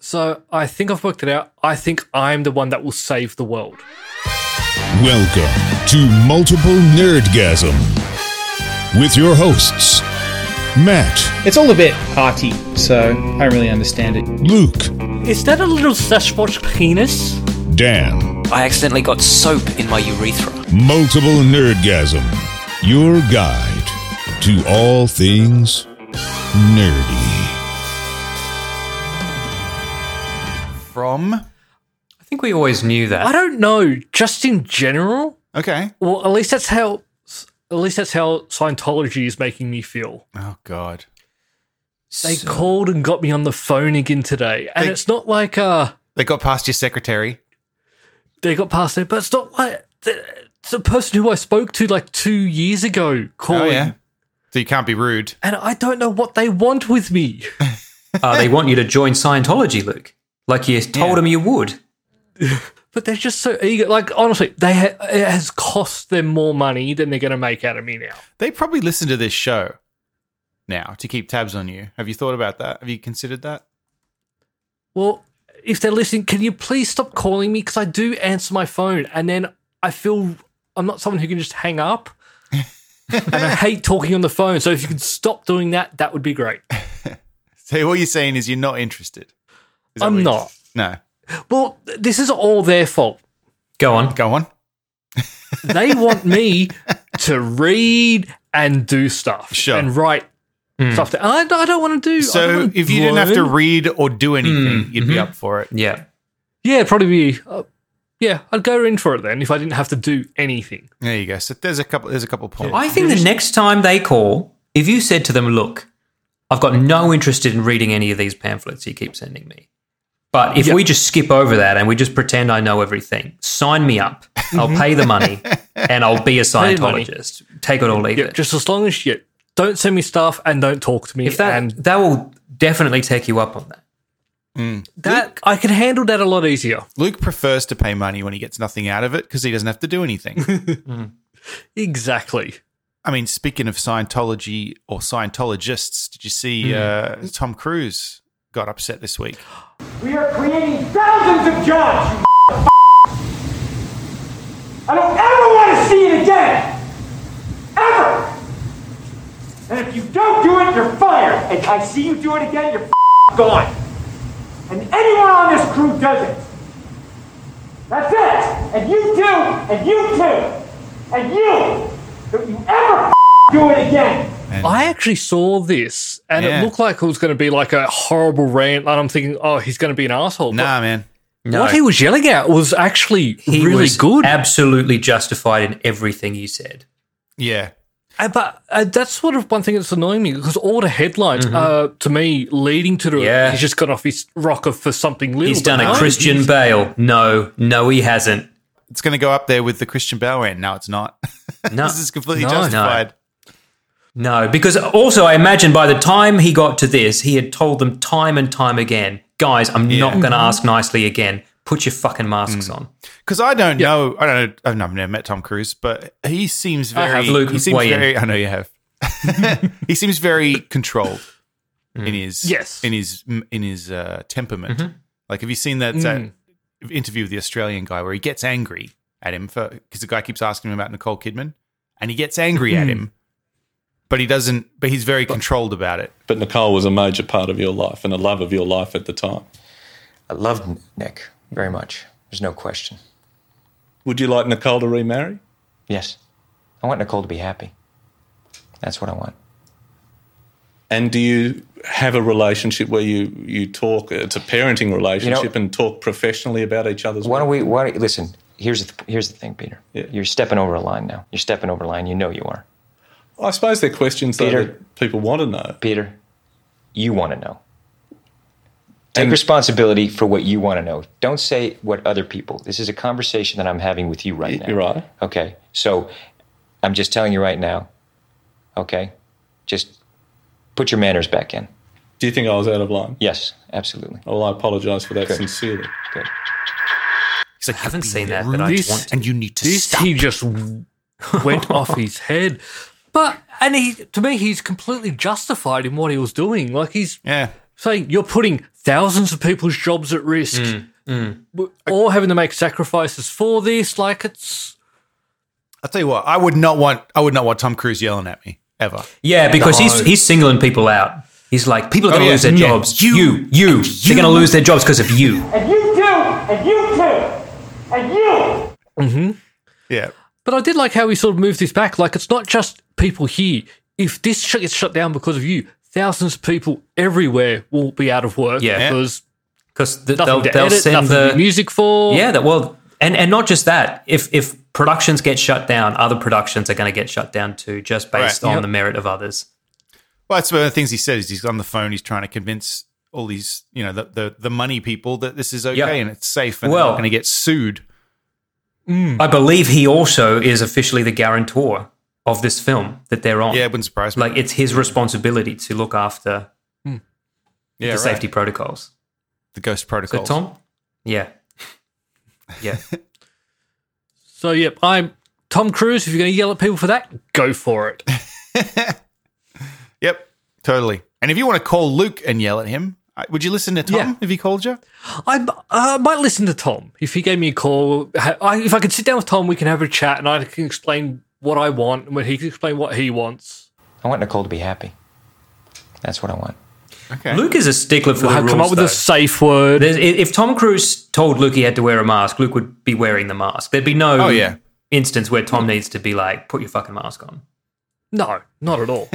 So I think I've worked it out. I think I'm the one that will save the world. Welcome to Multiple Nerdgasm with your hosts, Matt, It's all a bit arty, so I don't really understand it. Luke, Is that a little Sasquatch penis? Dan. I accidentally got soap in my urethra. Multiple Nerdgasm, your guide to all things nerdy. From? I think we always knew that. I don't know. Just in general, Okay. well, at least that's how. At least that's how Scientology is making me feel. Oh, God. They called and got me on the phone again today, and They- it's not like uh They got past your secretary. they got past it, but it's not like the, it's the person who I spoke to like two years ago calling, Oh, yeah. So you can't be rude. and I don't know what they want with me. Uh, they want you to join Scientology, Luke. Like you told Yeah. them you would. But they're just so eager. Like honestly, they ha- it has cost them more money than they're going to make out of me now. They probably listen to this show now to keep tabs on you. Have you thought about that? Have you considered that? Well, if they're listening, can you please stop calling me because I do answer my phone, and then I feel I'm not someone who can just hang up. and I hate talking on the phone. So if you could stop doing that, that would be great. So all you're saying is you're not interested. Is that I'm what you- not. No. Well, this is all their fault. Go on. Go on. They want me to read and do stuff Sure. and write stuff that I, I don't want to do. I don't So wanna if you didn't have to Mm-hmm. learn. read or do anything, you'd be up for it. Yeah. Yeah, it'd probably be. Uh, yeah, I'd go in for it then if I didn't have to do anything. There you go. So there's a couple. There's a couple points. I think the next time they call, if you said to them, look, I've got no interest in reading any of these pamphlets you keep sending me. But if we just skip over that and we just pretend I know everything, sign me up. I'll pay the money and I'll be a Mm-hmm. the money. Scientologist. Take it or leave Yeah, it. just as long as you don't send me stuff and don't talk to me. if that, and that will definitely take you up on that. that I can handle that a lot easier. Luke prefers to pay money when he gets nothing out of it because he doesn't have to do anything. Exactly. I mean, speaking of Scientology or Scientologists, did you see Hmm. uh, Tom Cruise got upset this week? We are creating thousands of jobs, you I don't ever want to see it again! Ever! And if you don't do it, you're fired! And I see you do it again, you're f***ing gone! And anyone on this crew does it! That's it! And you too! And you too! And you! Don't you ever f***ing do it again! I actually saw this and Yeah. it looked like it was going to be like a horrible rant. And I'm thinking, oh, he's going to be an asshole. Nah, man. But What he was yelling at was actually He really was good. absolutely justified in everything you said. Yeah. Uh, but uh, that's sort of one thing that's annoying me because all the headlines are to me leading to the Mm-hmm. Yeah. he's just got off his rocker for something little. He's but done a no, Christian he's- Bale. No, no, he hasn't. It's going to go up there with the Christian Bale rant. No, it's not. No, this is completely No, no. justified. No, because also I imagine by the time he got to this, he had told them time and time again, guys, I'm not going to ask nicely again. Put your fucking masks on. Because I don't know. I don't know. I've never- never met Tom Cruise, but he seems very. have, Luke, he seems weigh in. very. I know you have. he seems very controlled in his Yes. in his in his uh, temperament. Like, have you seen that, that interview with the Australian guy where he gets angry at him for because the guy keeps asking him about Nicole Kidman, and he gets angry at him, but he doesn't. But he's very controlled about it. But Nicole was a major part of your life and a love of your life at the time. I loved Nick very much. There's no question. Would you like Nicole to remarry? Yes. I want Nicole to be happy. That's what I want. And do you have a relationship where you, you talk, it's a parenting relationship, and talk professionally about each other's Why work? don't we, why don't, listen, here's the, th- here's the thing, Peter. You're stepping over a line now. You're stepping over a line. You know you are. I suppose they're questions though, Peter. that people want to know. Peter, you want to know. Take And- responsibility for what you want to know. Don't say what other people. This is a conversation that I'm having with you right now. You're right. Okay. So I'm just telling you right now, okay? Just put your manners back in. Do you think I was out of line? Yes, absolutely. Well, I apologise for that sincerely. Good. He's like, I haven't seen that, but I want to. and you need to This stop. he just w- went off his head. But and he to me he's completely justified in what he was doing. Like he's yeah, saying you're putting thousands of people's jobs at risk, We're all having to make sacrifices for this. Like it's I'll tell you what, I would not want I would not want Tom Cruise yelling at me ever. Yeah, because he's he's singling people out. He's like, people are going to yeah, lose their yeah. jobs. You, You, you, they're going to lose their jobs because of you. And you too, and you too, and you. Yeah. But I did like how we sort of moved this back. Like, it's not just people here. If this shit gets shut down because of you, thousands of people everywhere will be out of work. Yeah. Because Because th- nothing they'll, to they'll edit, send nothing to do the music for. yeah. That well, and and not just that. If if productions get shut down, other productions are going to get shut down too, just based Right. on Yep. the merit of others. Well, that's one of the things he said is he's on the phone, he's trying to convince all these, you know, the the, the money people that this is okay Yeah. and it's safe and Well- they're not gonna get sued. Hmm. I believe he also is officially the guarantor of this film that they're on. Yeah, it wouldn't surprise me. like it's his responsibility to look after yeah, the right. safety protocols. the ghost So protocol. Tom, yeah, yeah. So, yep, I'm Tom Cruise. If you're going to yell at people for that, go for it. Yep, totally. And if you want to call Luke and yell at him, I- would you listen to Tom Yeah. if he called you? I uh, might listen to Tom if he gave me a call. Ha- I, if I could sit down with Tom, we can have a chat and I can explain what I want and when he can explain what he wants. I want Nicole to be happy. That's what I want. Okay. Luke is a stickler for the I'll rules. come up with a though. safe word. There's- i- if Tom Cruise told Luke he had to wear a mask, Luke would be wearing the mask. There'd be no Oh, yeah. instance where Tom needs to be like, put your fucking mask on. No, not at all.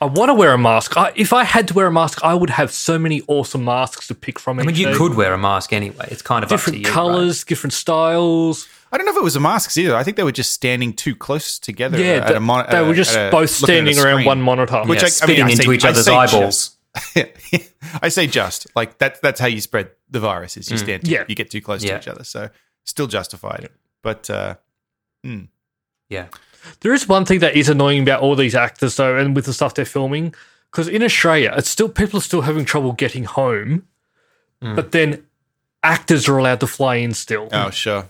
I want to wear a mask. I, if I had to wear a mask, I would have so many awesome masks to pick from. I mean, you actually. could wear a mask anyway. It's kind of different up to you, colors, different styles. I don't know if it was the masks either. I think they were just standing too close together. Yeah, at a mon- they at a- were just at a- both looking at a standing around screen. one monitor. Which Right? Yeah, I- spitting I mean, I say- into each I other's say eyeballs. I say just like that. That's how you spread the virus. Is you stand, too, Mm. Yeah. you get too close Yeah. to each other. So still justified. But uh, Yeah, There is one thing that is annoying about all these actors, though, and with the stuff they're filming, because in Australia, it's still people are still having trouble getting home, Mm. but then actors are allowed to fly in still, oh sure,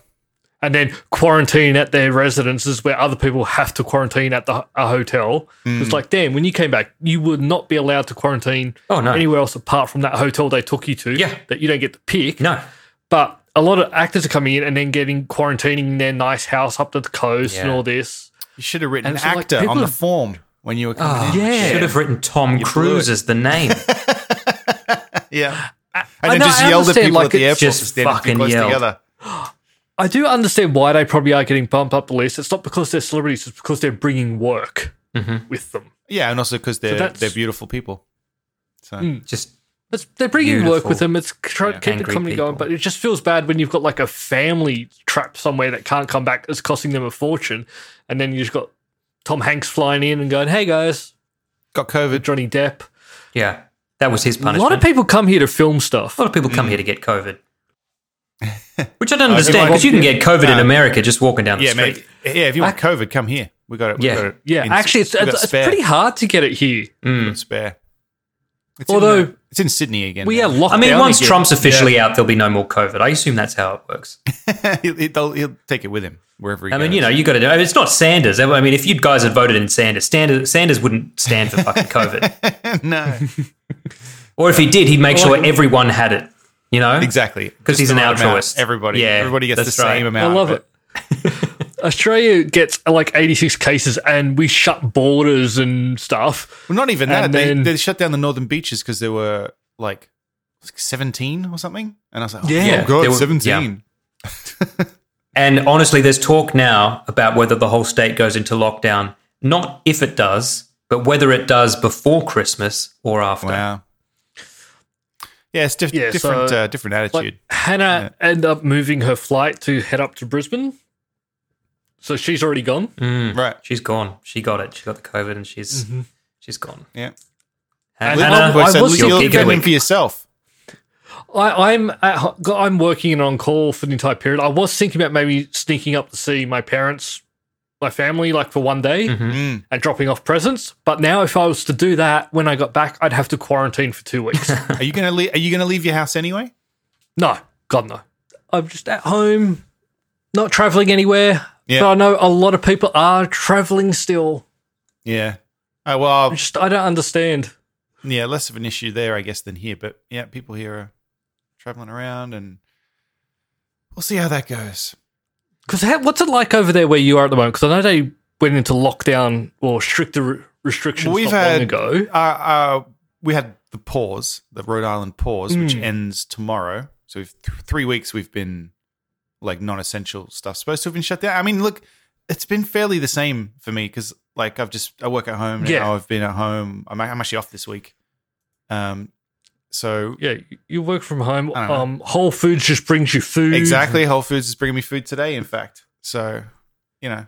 and then quarantine at their residences where other people have to quarantine at the a hotel. Mm. It's like, damn, when you came back, you would not be allowed to quarantine Oh, no. anywhere else apart from that hotel they took you to. Yeah. that you don't get to pick. no, But a lot of actors are coming in and then getting quarantining in their nice house up to the coast and Yeah. all this. you should have written And so, like, actor people on the have- form when you were coming in. yeah. should have written Tom blew Cruise it. as the name. yeah. Uh, I know, And then just I yelled at understand, people like, at it's the airport for just standing too fucking close yelled. together. I do understand why they probably are getting bumped up the list. It's not because they're celebrities, it's because they're bringing work Mm-hmm. with them. Yeah, and also because they're that's- they're beautiful people. So Just It's, they're bringing work Beautiful. with them. It's trying to keep the Angry comedy going, people. but it just feels bad when you've got like a family trapped somewhere that can't come back. It's costing them a fortune, and then you've got Tom Hanks flying in and going, "Hey guys, got COVID. Johnny Depp." yeah, that was his punishment. A lot of people come here to film stuff. A lot of people come here to get COVID, which I don't think- understand because you can get COVID in America just walking down the Yeah, street. mate. Yeah, if you want COVID, come here. We got it. We Yeah. got it Yeah, in- actually, it's we got it's, it's spare. pretty hard to get it here. Got spare. It's Although- in, uh, it's in Sydney again. We now. are locked Mm-hmm. I mean, down once again. Trump's officially out, there'll be no more COVID. I assume that's how it works. he'll, he'll, he'll take it with him wherever he I goes. mean, you know, you got to do. I mean, it's not Sanders. I mean, if you guys had voted in Sanders, Sanders, Sanders wouldn't stand for fucking COVID. no, or if he did, he'd make sure everyone had it. You know, exactly. because he's Just an the right amount. altruist. Everybody, Yeah, everybody gets the that's right. same I amount. love but- it. Australia gets uh, like 86 cases and we shut borders and stuff. Well, not even that. And They, then- they shut down the northern beaches because there were like seventeen or something, and I was like, oh, Yeah. oh, god, There were- seventeen. And honestly, there's talk now about whether the whole state goes into lockdown. Not if it does, but whether it does before Christmas or after. Wow. Yeah, it's diff- Yeah, different, so- uh, different Like, attitude. Hannah ended up moving her flight to head up to Brisbane. So she's already gone. Mm. right. She's gone. She got it. She got the COVID, and she's Mm-hmm. she's gone. Yeah. And Hannah, Hannah- I so was- you'll Your gig of the defend him week. for yourself. I, I'm at, ho- go- I'm working and on call for the entire period. I was thinking about maybe sneaking up to see my parents, my family, like for one day Mm-hmm. and dropping off presents. But now, if I was to do that when I got back, I'd have to quarantine for two weeks. Are you gonna leave? Are you gonna leave your house anyway? No, God no. I'm just at home, not traveling anywhere. Yeah. But I know a lot of people are traveling still. Yeah. Oh well, Just I don't understand. yeah, less of an issue there, I guess, than here. But yeah, people here are traveling around, and we'll see how that goes. Because what's it like over there where you are at the moment? Because I know they went into lockdown or stricter re- restrictions We've not long had- ago. Uh, uh, we had the pause, the Rhode Island pause, which Mm. ends tomorrow. So we've th- three weeks. We've been like non-essential stuff supposed to have been shut down. I mean, look, it's been fairly the same for me because like I've just I work at home now. Yeah. I've been at home. I'm, I'm actually off this week. Um, so Yeah, you work from home. I don't know. Um, Whole Foods just brings you food. exactly, Whole Foods is bringing me food today. In fact, so you know,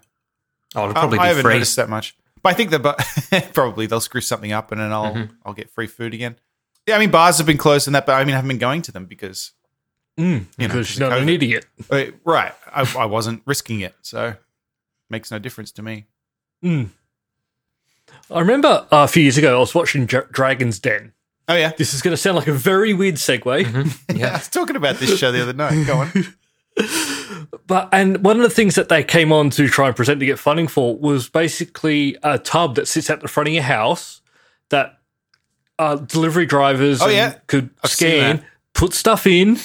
Oh, it'll probably I, I be haven't free. noticed that much. But I think that but probably they'll screw something up and then I'll I'll get free food again. Yeah, I mean bars have been closed and that, but I mean I haven't been going to them because Mm, You know, because just she's not an COVID. idiot. uh, right, I, I wasn't risking it, so makes no difference to me. I remember uh, a few years ago, I was watching Dra- Dragon's Den. Oh yeah, This is going to sound like a very weird segue, I was talking about this show the other night. Go on. but and one of the things that they came on to try and present to get funding for was basically a tub that sits out the front of your house that uh, delivery drivers Oh, and yeah. could I've seen scan, that. put stuff in,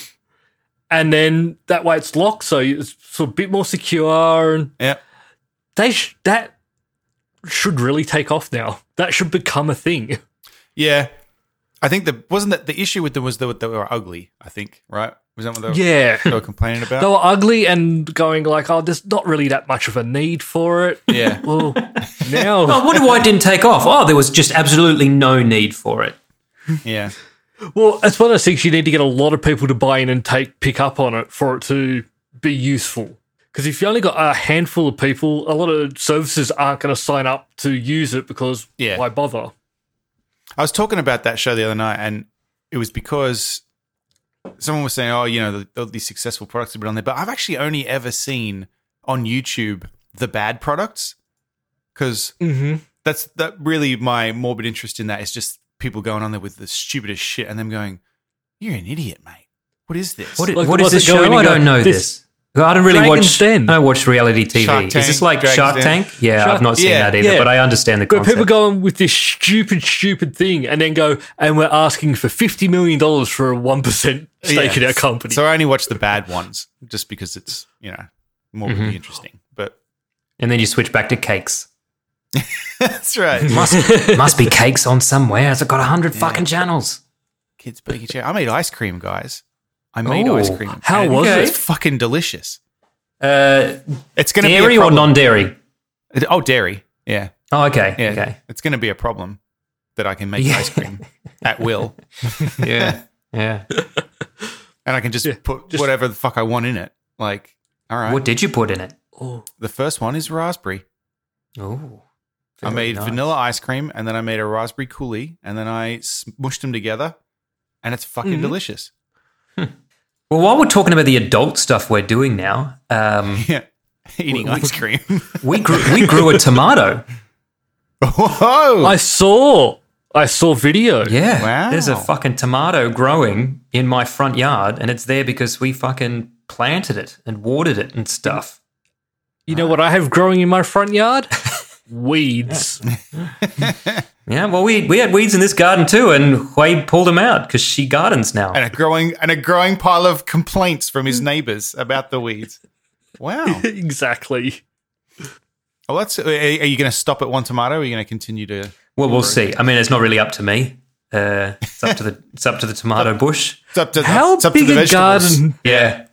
and then that way it's locked, so it's sort of a bit more secure. And Yeah, they sh- that should really take off now. That should become a thing. yeah. I think the wasn't that the issue with them was that they were ugly. I think right was that what they were, Yeah. they were complaining about? They were ugly and going like, oh, there's not really that much of a need for it. Yeah. Well, now, I wonder why it didn't take off. Oh, there was just absolutely no need for it. Yeah, well, it's one of those things you need to get a lot of people to buy in and take pick up on it for it to be useful. Because if you only got a handful of people, a lot of services aren't going to sign up to use it because Yeah. why bother? I was talking about that show the other night, and it was because someone was saying, "Oh, you know, the, all these successful products have been on there," but I've actually only ever seen on YouTube the bad products because that's that really my morbid interest in that is just people going on there with the stupidest shit and them going, "You're an idiot, mate. What is this? What, i- Like, what is was this it going show? and I go, don't know this- this. I don't really Dragon's watch. Den. I don't watch reality TV. Shark is Tank, this like Dragon's Shark Den. Tank? Yeah, Shark- I've not seen Yeah, that either, yeah. but I understand the But concept. people go on with this stupid, stupid thing and then go, and we're asking for $50 million for a 1% stake in our company. So I only watch the bad ones just because it's you know morbidly interesting. But and then you switch back to cakes. that's right. Must must be cakes on somewhere. It's got a hundred fucking channels. Kids bake each other. I made ice cream, guys. I made Oh, ice cream. how And was it's it? fucking delicious. Uh, It's going to be dairy a or problem. non-dairy? Oh, dairy. Yeah, Oh, okay, yeah. okay, It's going to be a problem that I can make Yeah. ice cream at will, yeah, yeah. and I can just put whatever the fuck I want in it. Like, all right. What did you put in it? the first one is raspberry. Oh, I made vanilla ice cream, and then I made a raspberry coulis, and then I smushed them together, and it's fucking Mm-hmm. delicious. Well, while we're talking about the adult stuff we're doing now, um, Yeah, eating ice cream. we grew, we grew a tomato. Whoa! I saw, I saw video. Yeah. Wow. There's a fucking tomato growing in my front yard, and it's there because we fucking planted it and watered it and stuff. You know what I have growing in my front yard? Weeds. Yeah, well, we we had weeds in this garden too, and Wade pulled them out because she gardens now. and a growing and a growing pile of complaints from Mm. his neighbors about the weeds. Wow. exactly. Well, that's. Are are you going to stop at one tomato? Or are you going to continue to? Well, we'll see. I mean, it's not really up to me. Uh, it's up to the it's up to the tomato bush. It's up to How it's up big to the a vegetables. garden? Yeah,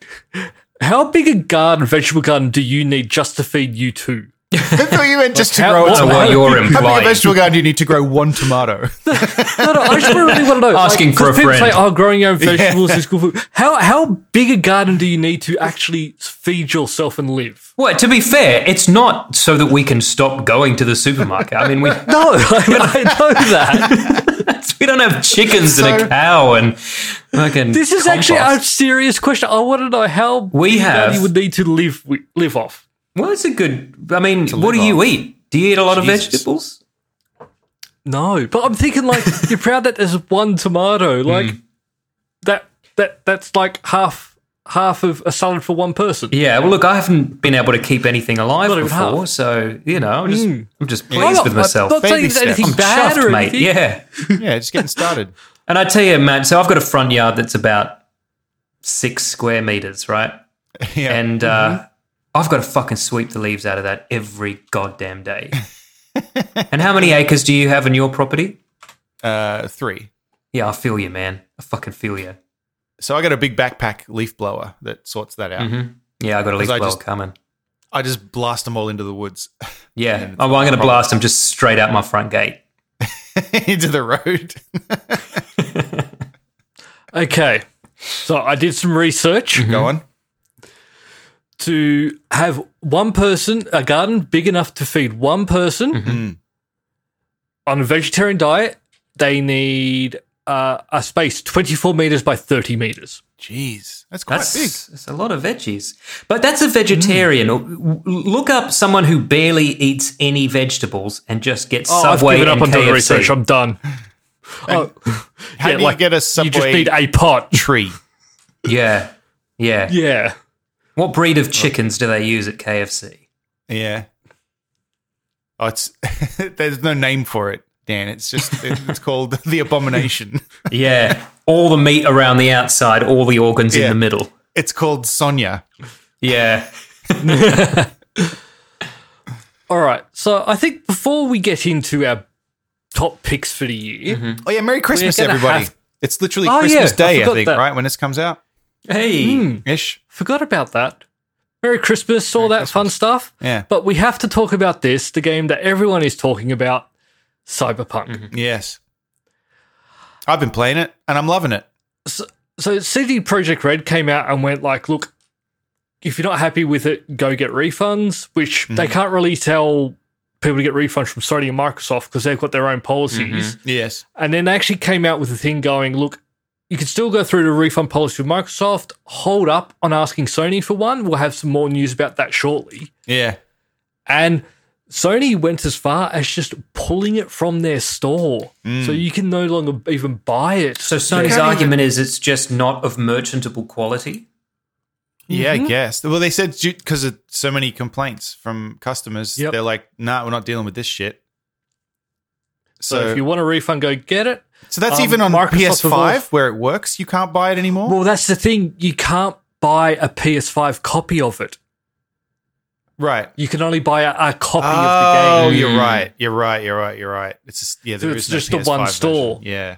How big a garden, vegetable garden, do you need just to feed you two? I thought you meant just to How- grow a what- so tomato. what you're How big a implying? vegetable garden do you need to grow one tomato? No, no, I just really want to know. Asking Like, for a 'cause people Say, friend. oh, growing your own vegetables is cool. food." How how big a garden do you need to actually feed yourself and live? Well, to be fair, it's not so that we can stop going to the supermarket. I mean, we No, I, I know that. we don't have chickens and a cow and fucking. This is actually compost. a serious question. I want to know how We big a garden have- you would need to live wi- live off. Well, it's a good. I mean, what do live you eat? Do you eat a lot Jesus. of vegetables? No, but I'm thinking like Hmm. you're proud that there's one tomato, like that that that's like half half of a salad for one person. Yeah, well, look, I haven't been able to keep anything alive Not even before, half. so you know, I'm just, I'm just pleased I'm not, with myself. I'm not saying there's Baby anything I'm bad chuffed, or mate. anything. Yeah, Yeah, just getting started. and I tell you, man. So I've got a front yard that's about six square meters, right? Yeah. And uh, Mm-hmm. I've got to fucking sweep the leaves out of that every goddamn day. and how many acres do you have in your property? uh, three. Yeah, I feel you, man. I fucking feel you. So I got a big backpack leaf blower that sorts that out. Mm-hmm. Yeah, I got a leaf I blower just- coming. I just blast them all into the woods, Yeah, oh, well, I'm going to blast them just straight out my front gate. into the road. Mm-hmm. Okay. So I did some research Go on. to have one person, a garden big enough to feed one person on a vegetarian diet. They need uh, a space 24 meters by 30 meters. Jeez, that's quite That's big. It's a lot of veggies. But that's a vegetarian. Mm. W- Look up someone who barely eats any vegetables and just gets Oh, Subway I've given up and on doing KFC. research. I'm done. Oh, How yeah, do you like, get a you just subway need a pot. tree? yeah. yeah, Yeah. What breed of chickens do they use at KFC? Yeah. Oh, it's there's no name for it, Dan. It's just it, it's called the abomination. Yeah, all the meat around the outside, all the organs in Yeah. the middle. It's called Sonia. Yeah, All right. So I think before we get into our top picks for the year, Oh yeah, Merry Christmas, gonna everybody. have- It's literally Oh, Christmas yeah, I Day, I, forgot think, that. right when this comes out. hey, Hmm. Ish. forgot about that. Merry Christmas, all that fun stuff. Yeah. But we have to talk about this, the game that everyone is talking about, Cyberpunk. Yes. I've been playing it and I'm loving it. So CD Projekt Red came out and went like, look, if you're not happy with it, go get refunds, which they can't really tell people to get refunds from Sony and Microsoft because they've got their own policies. Yes. And then they actually came out with a thing going, look, you can still go through the refund policy with Microsoft, hold up on asking Sony for one. We'll have some more news about that shortly. Yeah. And Sony went as far as just pulling it from their store. Mm. So you can no longer even buy it. so Sony's argument is it's just not of merchantable quality. Yeah, Mm-hmm. I guess. Well, they said because of so many complaints from customers, Yep. they're like, "Nah, we're not dealing with this shit." So, So, if you want a refund, go get it. so that's um, even on Microsoft PS5 evolved- where it works. You can't buy it anymore. Well, that's the thing. You can't buy a PS5 copy of it. right. You can only buy a, a copy Oh, of the game. you're right. You're right. You're right. You're right. It's just yeah. So there it's is no just the one PS5 version. store. Yeah.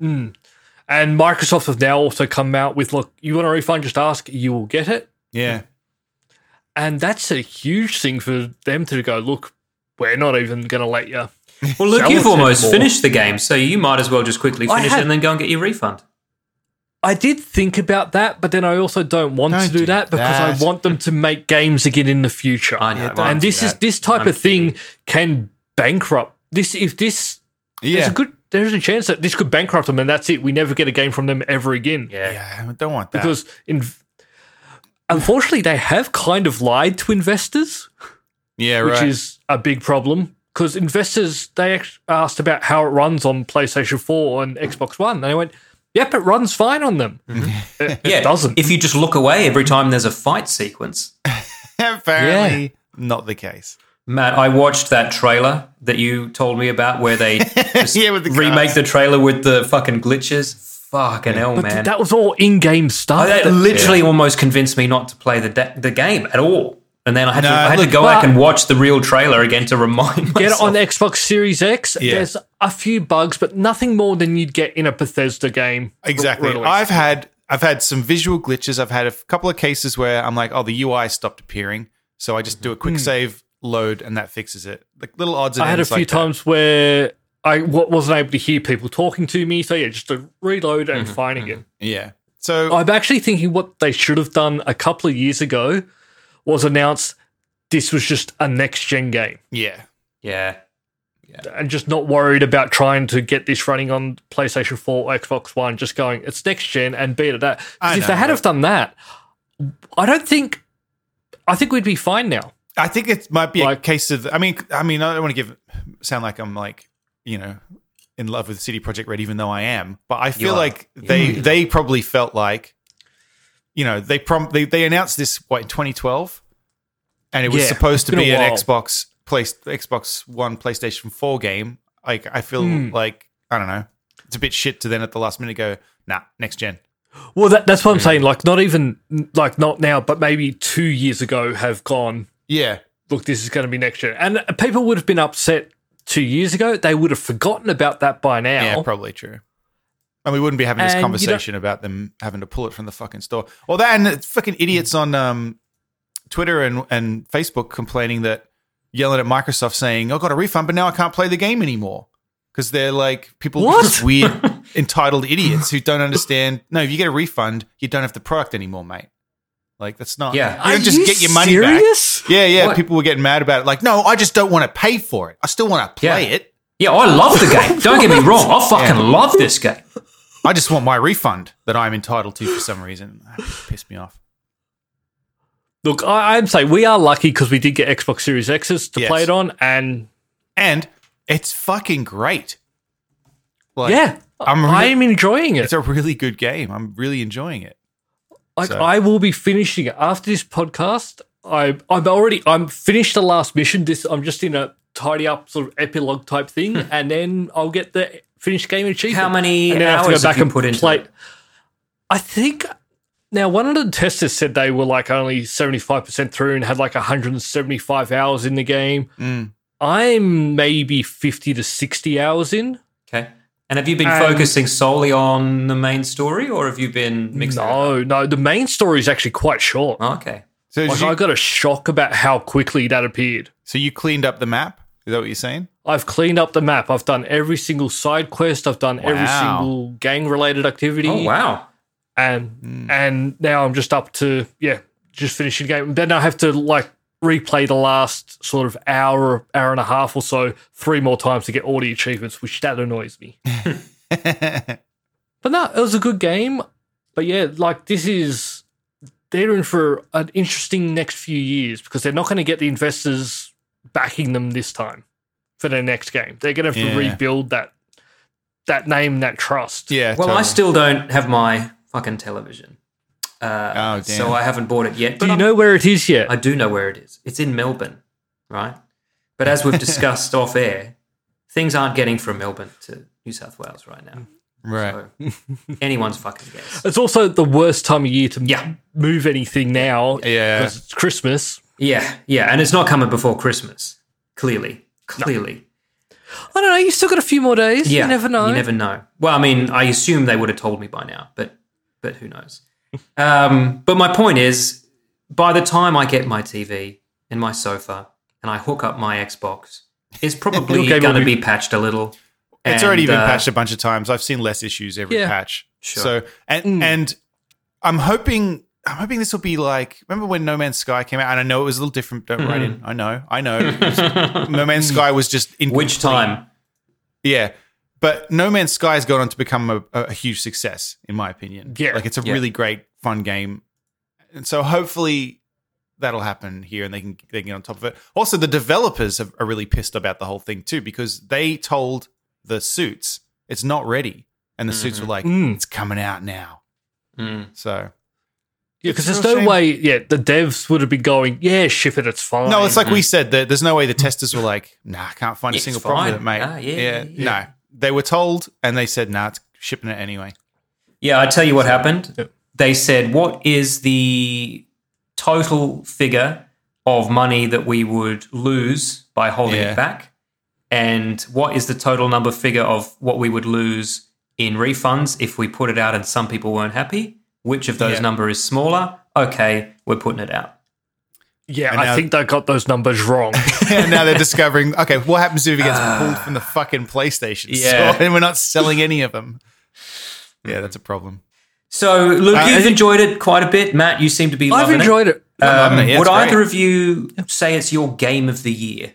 And Microsoft have now also come out with look, you want a refund, just ask, you will get it. Yeah. And that's a huge thing for them to go, look, we're not even going to let you. Well, look, Sell it you've almost for- finished the game, so you might as well just quickly I finish had- it and then go and get your refund. I did think about that, but then I also don't want Don't to do, do that because that. I want them to make games again in the future. I know, Yeah, don't and do this is that. this type I'm of thing can bankrupt this. If this, there's Yeah. a good, there's a chance that this could bankrupt them, and that's it. We never get a game from them ever again. yeah. I don't want that. because in, unfortunately, they have kind of lied to investors yeah. which Right. is a big problem because investors they act- asked about how it runs on PlayStation 4 and Xbox One, and they went, "Yep, it runs fine on them." It, it Yeah, doesn't. If you just look away every time there's a fight sequence, Apparently not the case. Matt, I watched that trailer that you told me about where they just Yeah, with the remake cars. the trailer with the fucking glitches. Fucking hell, but man! that was all in-game stuff. Oh, that that- literally almost convinced me not to play the da- the game at all. And then I had to No, I had look, to go back but- and watch the real trailer again to remind myself. Get it on Xbox Series X. Yeah. There's a few bugs, but nothing more than you'd get in a Bethesda game. Exactly. re- released. I've had I've had some visual glitches. I've had a f- couple of cases where I'm like, oh, the UI stopped appearing, so I just do a quick save, load, and that fixes it. Like little odds. And Hmm. I had a ends few like that. times where I wa- wasn't able to hear people talking to me, so yeah, just to reload and finding it. Yeah. So I'm actually thinking what they should have done a couple of years ago was announce this was just a next gen game yeah, yeah, and just not worried about trying to get this running on PlayStation 4 or Xbox One, just going, it's next gen and beat it that. 'Cause I if know, they had but- have done that, I don't think I think we'd be fine now. I think it might be a Like- case of. I mean, I mean, I don't want to give sound like I'm like you know in love with City Project Red, even though I am. But I feel are. like they they probably felt like you know, they prom they, they announced this what in 2012, and it was Yeah, supposed to it's been be a an while. Xbox place Xbox One PlayStation 4 game. Like I feel Hmm. like I don't know, it's a bit shit to then at the last minute go, nah, next gen. Well, that, that's what I'm saying. Like, not even like not now, but maybe two years ago, have gone. Yeah, Look, this is going to be next year, and people would have been upset two years ago. They would have forgotten about that by now. yeah, probably true. And we wouldn't be having this And you don't- conversation about them having to pull it from the fucking store. Well, that and the fucking idiots on um, Twitter and, and Facebook complaining that yelling at Microsoft saying, "I got a refund, but now I can't play the game anymore." Because they're like people What? just weird entitled idiots who don't understand. No, if you get a refund, you don't have the product anymore, mate. Like that's not. Yeah. you don't Are just you get your money serious? back. Yeah, yeah. What? People were getting mad about it. Like, no, I just don't want to pay for it. I still want to play Yeah. it. Yeah, I love the game. Don't get me wrong. I fucking love this game. I just want my refund that I'm entitled to for some reason. That pissed me off. Look, I, I'm saying we are lucky because we did get Xbox Series X's to Yes. play it on, and And it's fucking great. Like, yeah, I'm I'm really- enjoying it. It's a really good game. I'm really enjoying it. Like So- I will be finishing it after this podcast. I I'm already I'm finished the last mission. This I'm just in a tidy up sort of epilogue type thing, and then I'll get the finished game achievement. How many And then I have to go hours have back you and put into play- it? I think now one of the testers said they were like only seventy five percent through and had like 175 hours in the game. Mm. I'm maybe 50 to 60 hours in. Okay. And have you been And- focusing solely on the main story, or have you been mixing? it up? Oh, No, no, the main story is actually quite short. Okay. So, Like you, I got a shock about how quickly that appeared. so you cleaned up the map? Is that what you're saying? I've cleaned up the map. I've done every single side quest. I've done every Wow. single gang related activity. Oh wow. And Hmm. and now I'm just up to yeah, just finishing the game. Then I have to like replay the last sort of hour, hour and a half or so, three more times to get all the achievements, which that annoys me. but no, it was a good game. But yeah, like this is they're in for an interesting next few years because they're not going to get the investors backing them this time for their next game. They're going to have to Yeah. rebuild that that name, that trust. Yeah. Well, totally. I still don't have my fucking television, Oh, damn. so I haven't bought it yet. Do you know where it is yet? I do know where it is. It's in Melbourne, right? But as we've discussed off air, things aren't getting from Melbourne to New South Wales right now. right. So anyone's fucking guess. It's also the worst time of year to Yeah. move anything now. Yeah. because it's Christmas. Yeah, yeah, and it's not coming before Christmas. Clearly, clearly. I don't know. You still got a few more days. Yeah, you never know. You never know. Well, I mean, I assume they would have told me by now, but but who knows? um, but my point is, by the time I get my TV and my sofa and I hook up my Xbox, it's probably Okay, going to we'll be be- patched a little. It's And, already been uh, patched a bunch of times. I've seen less issues every Yeah. patch. Sure. Mm. So and and I'm hoping I'm hoping this will be like remember when No Man's Sky came out and I know it was a little different. Don't write Mm-hmm. in. I know. I know. It was- no Man's Sky was just in Which time? Yeah. But No Man's Sky has gone on to become a, a a huge success, in my opinion. Yeah. Like it's a Yeah. really great, fun game. And so hopefully that'll happen here and they can they can get on top of it. Also, the developers have, are really pissed about the whole thing too, because they told the suits it's not ready. And the suits were like, Mm. it's coming out now. Mm. So because It's there's a no shame. way. Yeah, the devs would have been going. Yeah, ship it. It's fine. No, it's like we said that there's no way the testers were like, nah, I can't find a It's single problem with it, fine. mate. Ah, yeah, yeah, yeah. No. They were told and they said, nah, it's shipping it anyway. Yeah, I tell you what happened. They said, "What is the total figure of money that we would lose by holding Yeah. it back, and what is the total number figure of what we would lose in refunds if we put it out and some people weren't happy? Which of those Yeah. number is smaller? Okay, we're putting it out. Yeah, And I now- think they got those numbers wrong. and now they're discovering, okay, what happens if it gets pulled from the fucking PlayStation Ah. Yeah. store and we're not selling any of them? Yeah, that's a problem. So, Luke, Uh, you've I- enjoyed it quite a bit. Matt, you seem to be. I've loving enjoyed it. It. Um, loving it. Yeah, would it's great. either of you say it's your game of the year?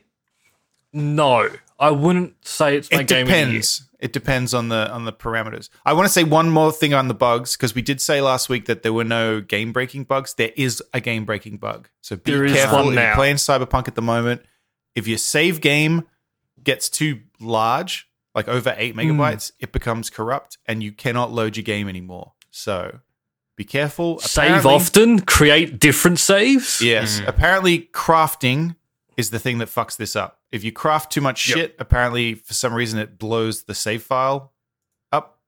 No, I wouldn't say it's my it game. Of the year. depends. It depends on the on the parameters. I want to say one more thing on the bugs because we did say last week that there were no game breaking bugs. There is a game breaking bug, so be There is careful. one if now. you're playing Cyberpunk at the moment, if your save game gets too large, Hmm. like over eight megabytes, it becomes corrupt and you cannot load your game anymore. So Be careful. Save Apparently- often, create different saves. Yes. Apparently, crafting is the thing that fucks this up. If you craft too much shit, apparently for some reason it blows the save file up.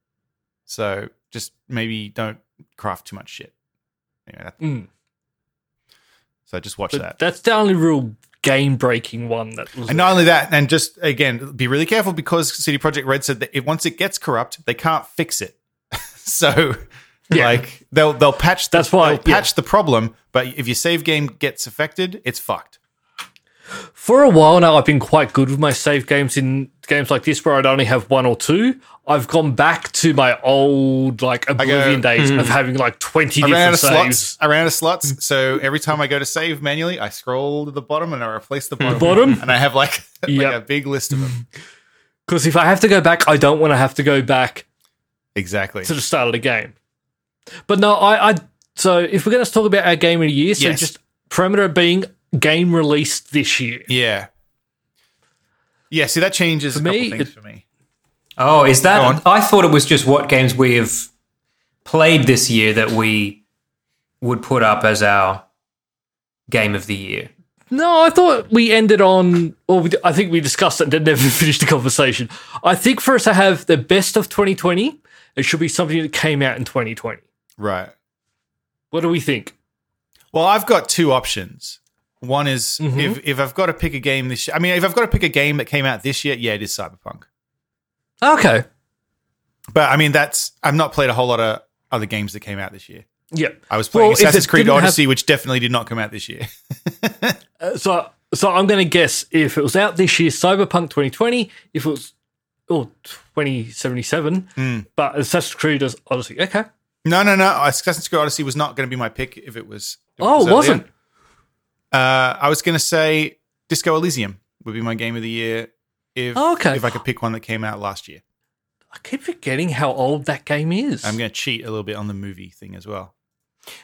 So just maybe don't craft too much shit. Anyway, that- Mm. So just watch But that. that's the only real game breaking one that and not only that, and just again, be really careful because City Project Red said that it, once it gets corrupt, they can't fix it. so, like they'll they'll patch the, That's why- they'll patch the problem, but if your save game gets affected, it's fucked. For a while now, I've been quite good with my save games in games like this where I'd only have one or two. I've gone back to my old, like, Oblivion days of having like 20 hmm. I ran out different of saves. slots. I ran out of Hmm. slots. So every time I go to save manually, I scroll to the bottom and I replace the bottom. bottom? And I have like, like Yep. Hmm. a big list of them. Because if I have to go back, I don't want to have to go back Exactly. to the start of the game. But no, I, I so if we're going to talk about our game of the year, so Yes. just perimeter being game released this year. Yeah. Yeah. See, that changes a couple me, things it- for me. Oh, is Go on. that? I thought it was just what games we have played this year that we would put up as our game of the year. No, I thought we ended on, or we, I think we discussed it and then never finished the conversation. I think for us to have the best of 2020, it should be something that came out in 2020. Right. What do we think? Well, I've got two options. One is Mm-hmm. if, if I've got to pick a game this year, I mean, if I've got to pick a game that came out this year, yeah, it is Cyberpunk. Okay. But I mean, that's, I've not played a whole lot of other games that came out this year. Yeah. I was playing Well, if it Assassin's Creed didn't have- Odyssey, which definitely did not come out this year. So, so I'm going to guess if it was out this year, Cyberpunk 2020, if it was, oh, 2077, Hmm. but Assassin's Creed is Odyssey. Okay. No, no, no. Assassin's Creed Odyssey was not going to be my pick if it was. if Oh, it earlier. wasn't. Uh, I was going to say Disco Elysium would be my game of the year if Oh, okay. if I could pick one that came out last year. I keep forgetting how old that game is. I'm going to cheat a little bit on the movie thing as well.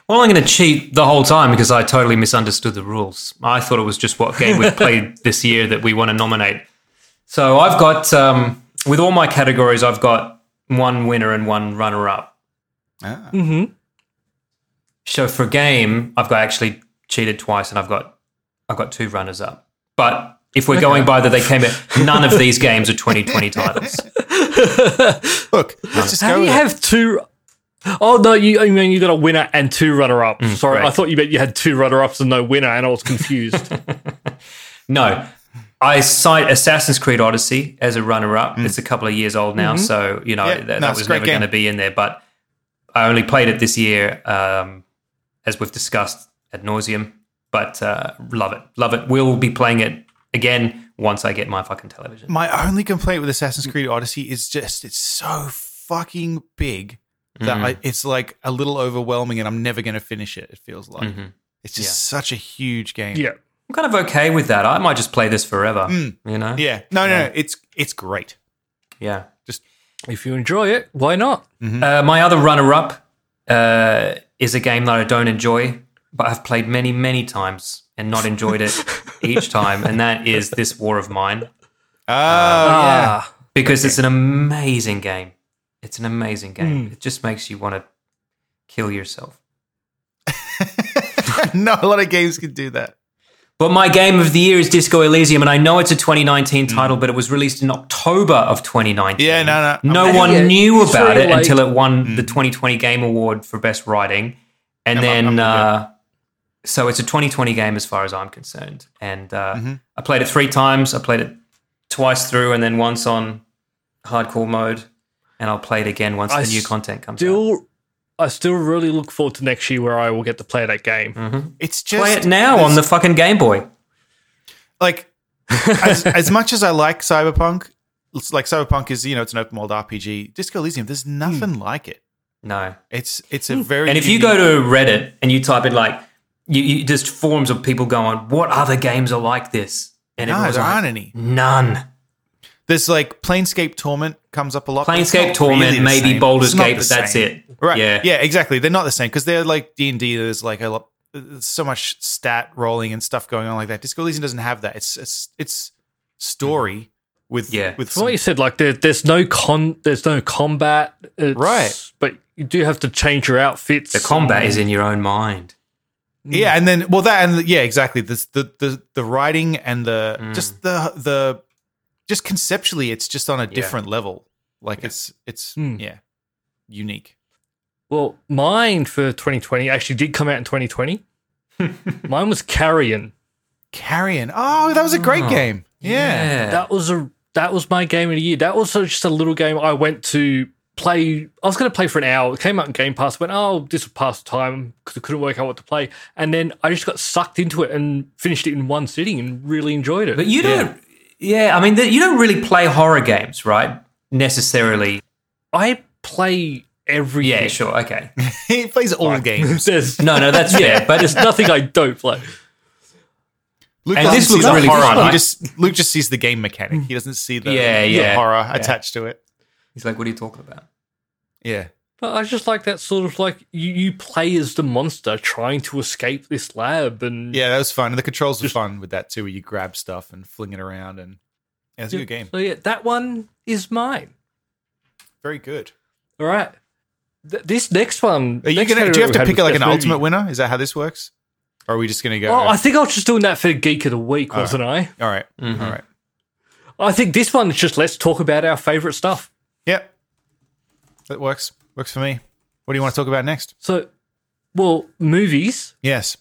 Well, I'm going to cheat the whole time because I totally misunderstood the rules. I thought it was just what game we've played this year that we want to nominate. So I've got, um, with all my categories, I've got one winner and one runner up. Ah. Mm. So for game, I've got actually cheated twice and I've got, I've got two runners up. But if we're going by that they came out, none of these games are 2020 titles. Look, let's just How go. do you with it. have two? Oh no, you I mean you got a winner and two runner up. Sorry, I correct. thought you meant you had two runner ups and no winner, and I was confused. No. I cite Assassin's Creed Odyssey as a runner up. It's a couple of years old now, so you know Mm. Mm-hmm. Yeah, that, no, that it's a was great never game. going to be in there. But I only played it this year, um, as we've discussed ad nauseum. But uh, love it, love it. We'll be playing it again once I get my fucking television. my only complaint with Assassin's Creed Odyssey is just it's so fucking big that I, it's like a little overwhelming, and I'm never going to finish it. It feels like it's just such a huge game. yeah, I'm kind of okay with that. I might just play this forever. Mm. You know? yeah. No, no, no. It's it's great. Yeah. if you enjoy it, why not? Uh, my other runner up uh, is a game that I don't enjoy, but I've played many, many times and not enjoyed it each time, and that is This War of Mine, Oh, Ah, because it's an amazing game. It's an amazing game. It just makes you want to kill yourself. yeah. Not a lot of games can do that. But my game of the year is Disco Elysium, and I know it's a 2019 title, but it was released in October of 2019. Yeah, no, no. No I'm- one Yeah, knew it's about very it late. until it won Hmm. the 2020 Game Award for Best Writing. And I'm- then, I'm with uh, so it's a 2020 game as far as I'm concerned. And uh, Mm-hmm. I played it three times. I played it twice through and then once on hardcore mode. And I'll play it again once I the new content comes out. still, I still really look forward to next year where I will get to play that game. It's just Play it now on the fucking Game Boy. like as, as much as I like Cyberpunk, it's like Cyberpunk is you know it's an open world RPG. Disco Elysium, there's nothing like it. No. It's it's a very Hmm. And if you unique- go to Reddit and you type in like, you, you just forums of people going, what other games are like this? And no, everyone's there like, aren't any. none. There's like Planescape Torment comes up a lot. but it's Planescape not Torment, really the maybe same. Baldur's It's not Gate, the but that's same. it. Right? Yeah. Yeah, yeah, exactly. They're not the same because they're like D and D. There's like a lot, there's so much stat rolling and stuff going on like that. Disco Elysium doesn't have that. It's it's it's story with Yeah. with From what some- you said, like there, there's no con, there's no combat, It's- Right. But you do have to change your outfits. Mm. The combat is in your own mind. yeah, and then well that and yeah exactly this the the the writing and the just the the just conceptually it's just on a different level like it's it's Mm. yeah unique Well, mine for 2020 actually did come out in 2020. mine was Carrion. carrion oh that was a great game yeah. That was a that was my game of the year. That was a- just a little game I went to play. I was going to play for an hour. It came out in Game Pass. Went oh this will pass the time because I couldn't work out what to play. And then I just got sucked into it and finished it in one sitting and really enjoyed it. But you don't. Yeah, I mean, th- you don't really play horror games, right? Necessarily. I play every Yeah, sure. Okay. he plays all games There's No, no, that's yeah. But but it's nothing I don't play. Luke And doesn't this see looks the really horror. fun, He like- just Luke just sees the game mechanic. He doesn't see the, Yeah, the yeah, horror attached to it. he's like, "What are you talking about?" Yeah. But I just like that sort of like you, you play as the monster trying to escape this lab and Yeah, that was fun. And the controls were fun with that too, where you grab stuff and fling it around and yeah, it's a good game. So yeah, that one is mine. Very good. All right. Th- this next one. Are you next gonna category do you have we to had pick was like an best movie. ultimate winner? Is that how this works? Or are we just gonna go Well, I think I was just doing that for Geek of the Week, Oh. wasn't all right, Mm-hmm. all right. I? I think this one is just let's talk about our favorite stuff. Yep. That works. Works for me. What do you want to talk about next? So, well, movies. Yes.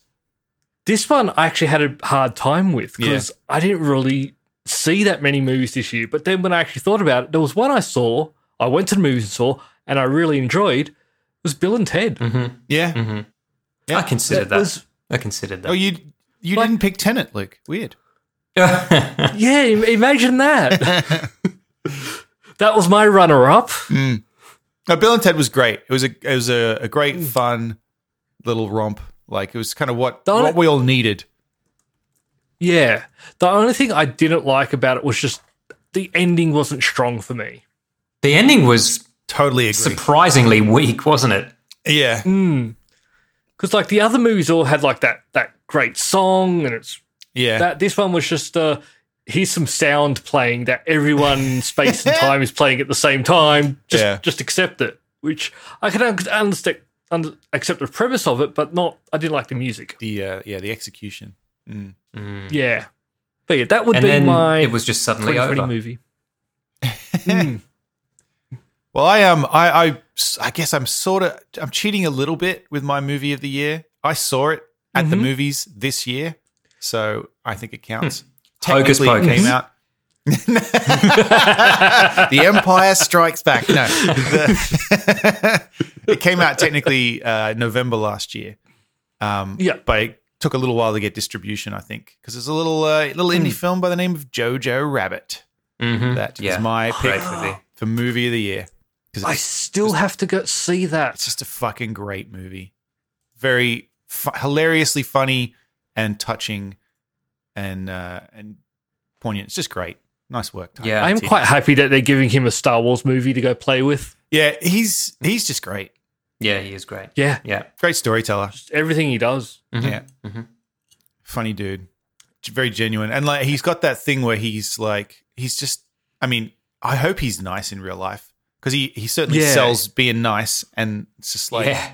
This one I actually had a hard time with because I didn't really see that many movies this year. But then when I actually thought about it, there was one I saw, I went to the movies and saw, and I really enjoyed was Bill and Ted. Mm-hmm. Yeah. Mm-hmm. I considered That that. was- I considered Oh, that. you you didn't pick Tenant, Luke. Weird. Yeah, im- imagine that. that was my runner up. No, Bill and Ted was great. It was a it was a, a great Mm. fun little romp. Like it was kind of what Don't- what we all needed. Yeah. The only thing I didn't like about it was just the ending wasn't strong for me. the ending was Totally agree. surprisingly weak, wasn't it? yeah, Mm. Because like the other movies all had like that that great song and it's yeah. that this one was just uh here's some sound playing that everyone in space and time is playing at the same time just Yeah. just accept it which i can un- understand un- accept the premise of it but not i didn't like the music the uh, yeah the execution. yeah but yeah that would Hmm. And be then my it was just suddenly 2020 over. movie Well, I am. I, I I guess I'm sort of I'm cheating a little bit with my movie of the year. I saw it at the Mm-hmm. movies this year, so I think it counts. Hmm. Hocus Pocus. Technically, it came out. the Empire Strikes Back. No, The- it came out technically uh, November last year. Um, Yeah. but it took a little while to get distribution, I think, because it's a little uh, little indie film by the name of Jojo Rabbit. Mm-hmm. That is Hmm. Yeah. my pick Great movie. for movie of the year. Because i still have to go see it's that just a fucking great movie. Very fu- hilariously funny and touching and uh, and poignant. It's just great. Nice work. Taika Yeah. i'm Waititi. quite happy that they're giving him a star wars movie to go play with Yeah, he's he's just great. Yeah, he is great. yeah Yeah. Great storyteller. everything he does Mm-hmm. Yeah. Funny dude. G- Very genuine. And like he's got that thing where he's like he's just I mean, I hope he's nice in real life cuz he he certainly Yeah. sells being nice and it's just like yeah.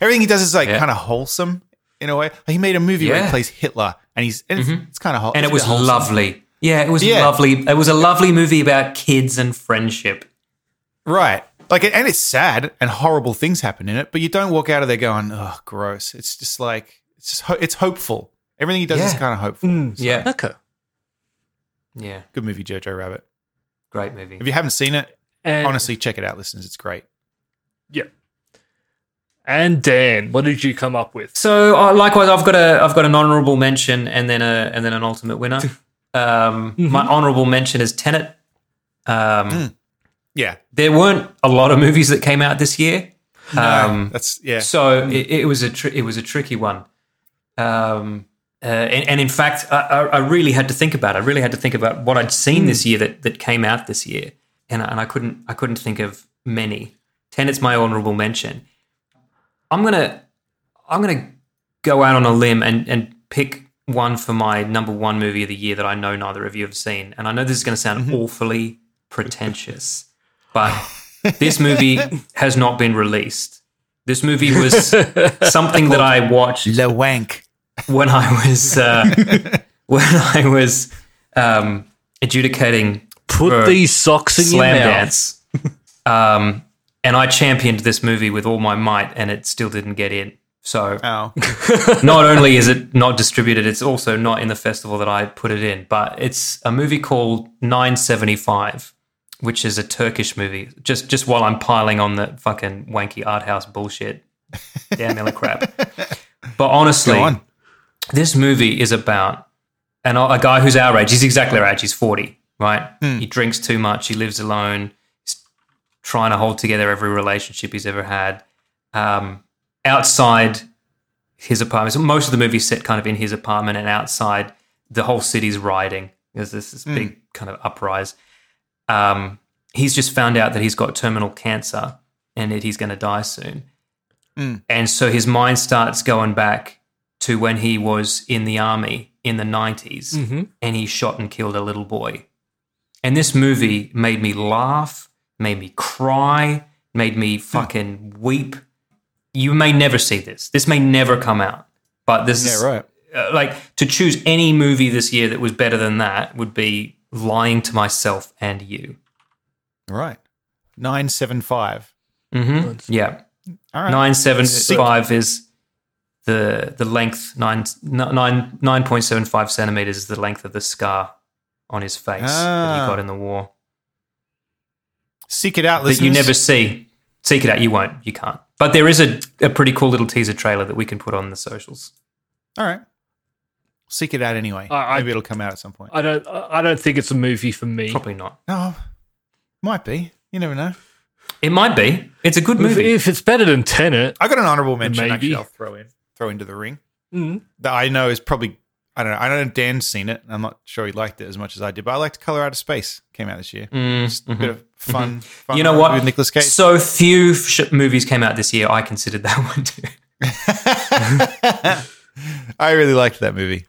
everything he does is like Yeah. kind of wholesome in a way. Like, he made a movie where he Yeah. Mm-hmm. plays Hitler and he's and it's, it's kind of And it was lovely. Yeah, it was Yeah. lovely. It was a lovely movie about kids and friendship. Right. Like, and it's sad and horrible things happen in it, but you don't walk out of there going, oh, gross. It's just like, it's just, ho- it's hopeful. Everything he does is Yeah. kind of hopeful. Yeah. okay Yeah. Good movie, Jojo Rabbit. Great movie. If you haven't seen it, and honestly, check it out, listeners. It's great. yeah and dan what did you come up with So uh, likewise, I've got a I've got an honourable mention and then a and then an ultimate winner. Um, My honourable mention is Tenet. Um, Yeah. There weren't a lot of movies that came out this year, um, That's, yeah. so it, it was a tr- it was a tricky one. Um, uh, and, and in fact, I, I I really had to think about. It. I really had to think about what I'd seen this year that that came out this year, and I- and I couldn't I couldn't think of many. Tenet's my honourable mention. I'm gonna I'm gonna go out on a limb and and pick one for my number one movie of the year that I know neither of you have seen. And I know this is going to sound awfully pretentious, but this movie has not been released. This movie was something that I watched Le Wank. when I was uh, when I was um, adjudicating Put Bro. these socks in slam your mouth. dance. Um, and I championed this movie with all my might, and it still didn't get in. So Oh, not only is it not distributed, it's also not in the festival that I put it in. But it's a movie called 975, which is a Turkish movie. Just just while I'm piling on the fucking wanky art house bullshit, damn Miller crap. But honestly, go on. this movie is about an, a guy who's our age. He's exactly our age. He's 40, right? Hmm. He drinks too much. He lives alone. He's trying to hold together every relationship he's ever had. Um, outside his apartment, so most of the movie's set kind of in his apartment, and outside, the whole city's rioting. There's this, this big kind of uprise. Um, he's just found out that he's got terminal cancer and that he's going to die soon. Mm. And so his mind starts going back to when he was in the army in the 90s Mm-hmm. and he shot and killed a little boy. And this movie made me laugh, made me cry, made me Hmm. fucking weep. You may never see this. This may never come out. But this is Yeah, right. uh, like to choose any movie this year that was better than that would be lying to myself and you. Right. 975. hmm Yeah. All right. Nine seven five is the the length nine nine nine point seven five centimeters is the length of the scar on his face that Ah. he got in the war Seek it out, listeners. that you never see. Seek it out. You won't. You can't. But there is a, a pretty cool little teaser trailer that we can put on the socials. All right. Seek it out anyway. Uh, I- I- Maybe it'll come out at some point. I don't. I don't think it's a movie for me. Probably not. No, might be. You never know. It might be. It's a good If, movie. if it's better than Tenet, I got an honorable mention Maybe. actually I'll throw in. Throw into the ring. Mm-hmm. That I know is probably I don't know. I don't know if Dan's seen it. I'm not sure he liked it as much as I did, but I liked Color Out of Space. Came out this year. Just a bit of Mm, fun, fun mm-hmm. you know ride what? with Nicolas Cage. So few sh- movies came out this year. I considered that one too. I really liked that movie.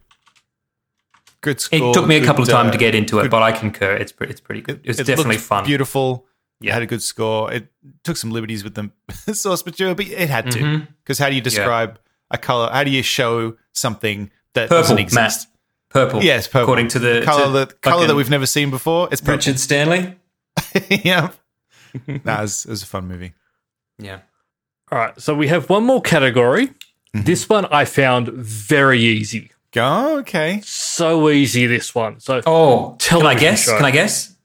Good It score. took me a good, couple of time uh, to get into it, but I concur. It's pre- it's pretty good. It's it definitely looked fun. Beautiful. It had a good score. It took some liberties with the source material, but it had Mm-hmm. to. Because how do you describe a color? How do you show something that Purple, doesn't Matt. exist? Purple. Yes, purple. According to the color to that color that fucking we've never seen before. It's purple. Richard Stanley. yeah. Nah, it was, it was a fun movie. Yeah. all right. So we have one more category. Mm-hmm. This one I found very easy. Go okay. So easy. This one. So Oh, can I television guess? show. Can I guess?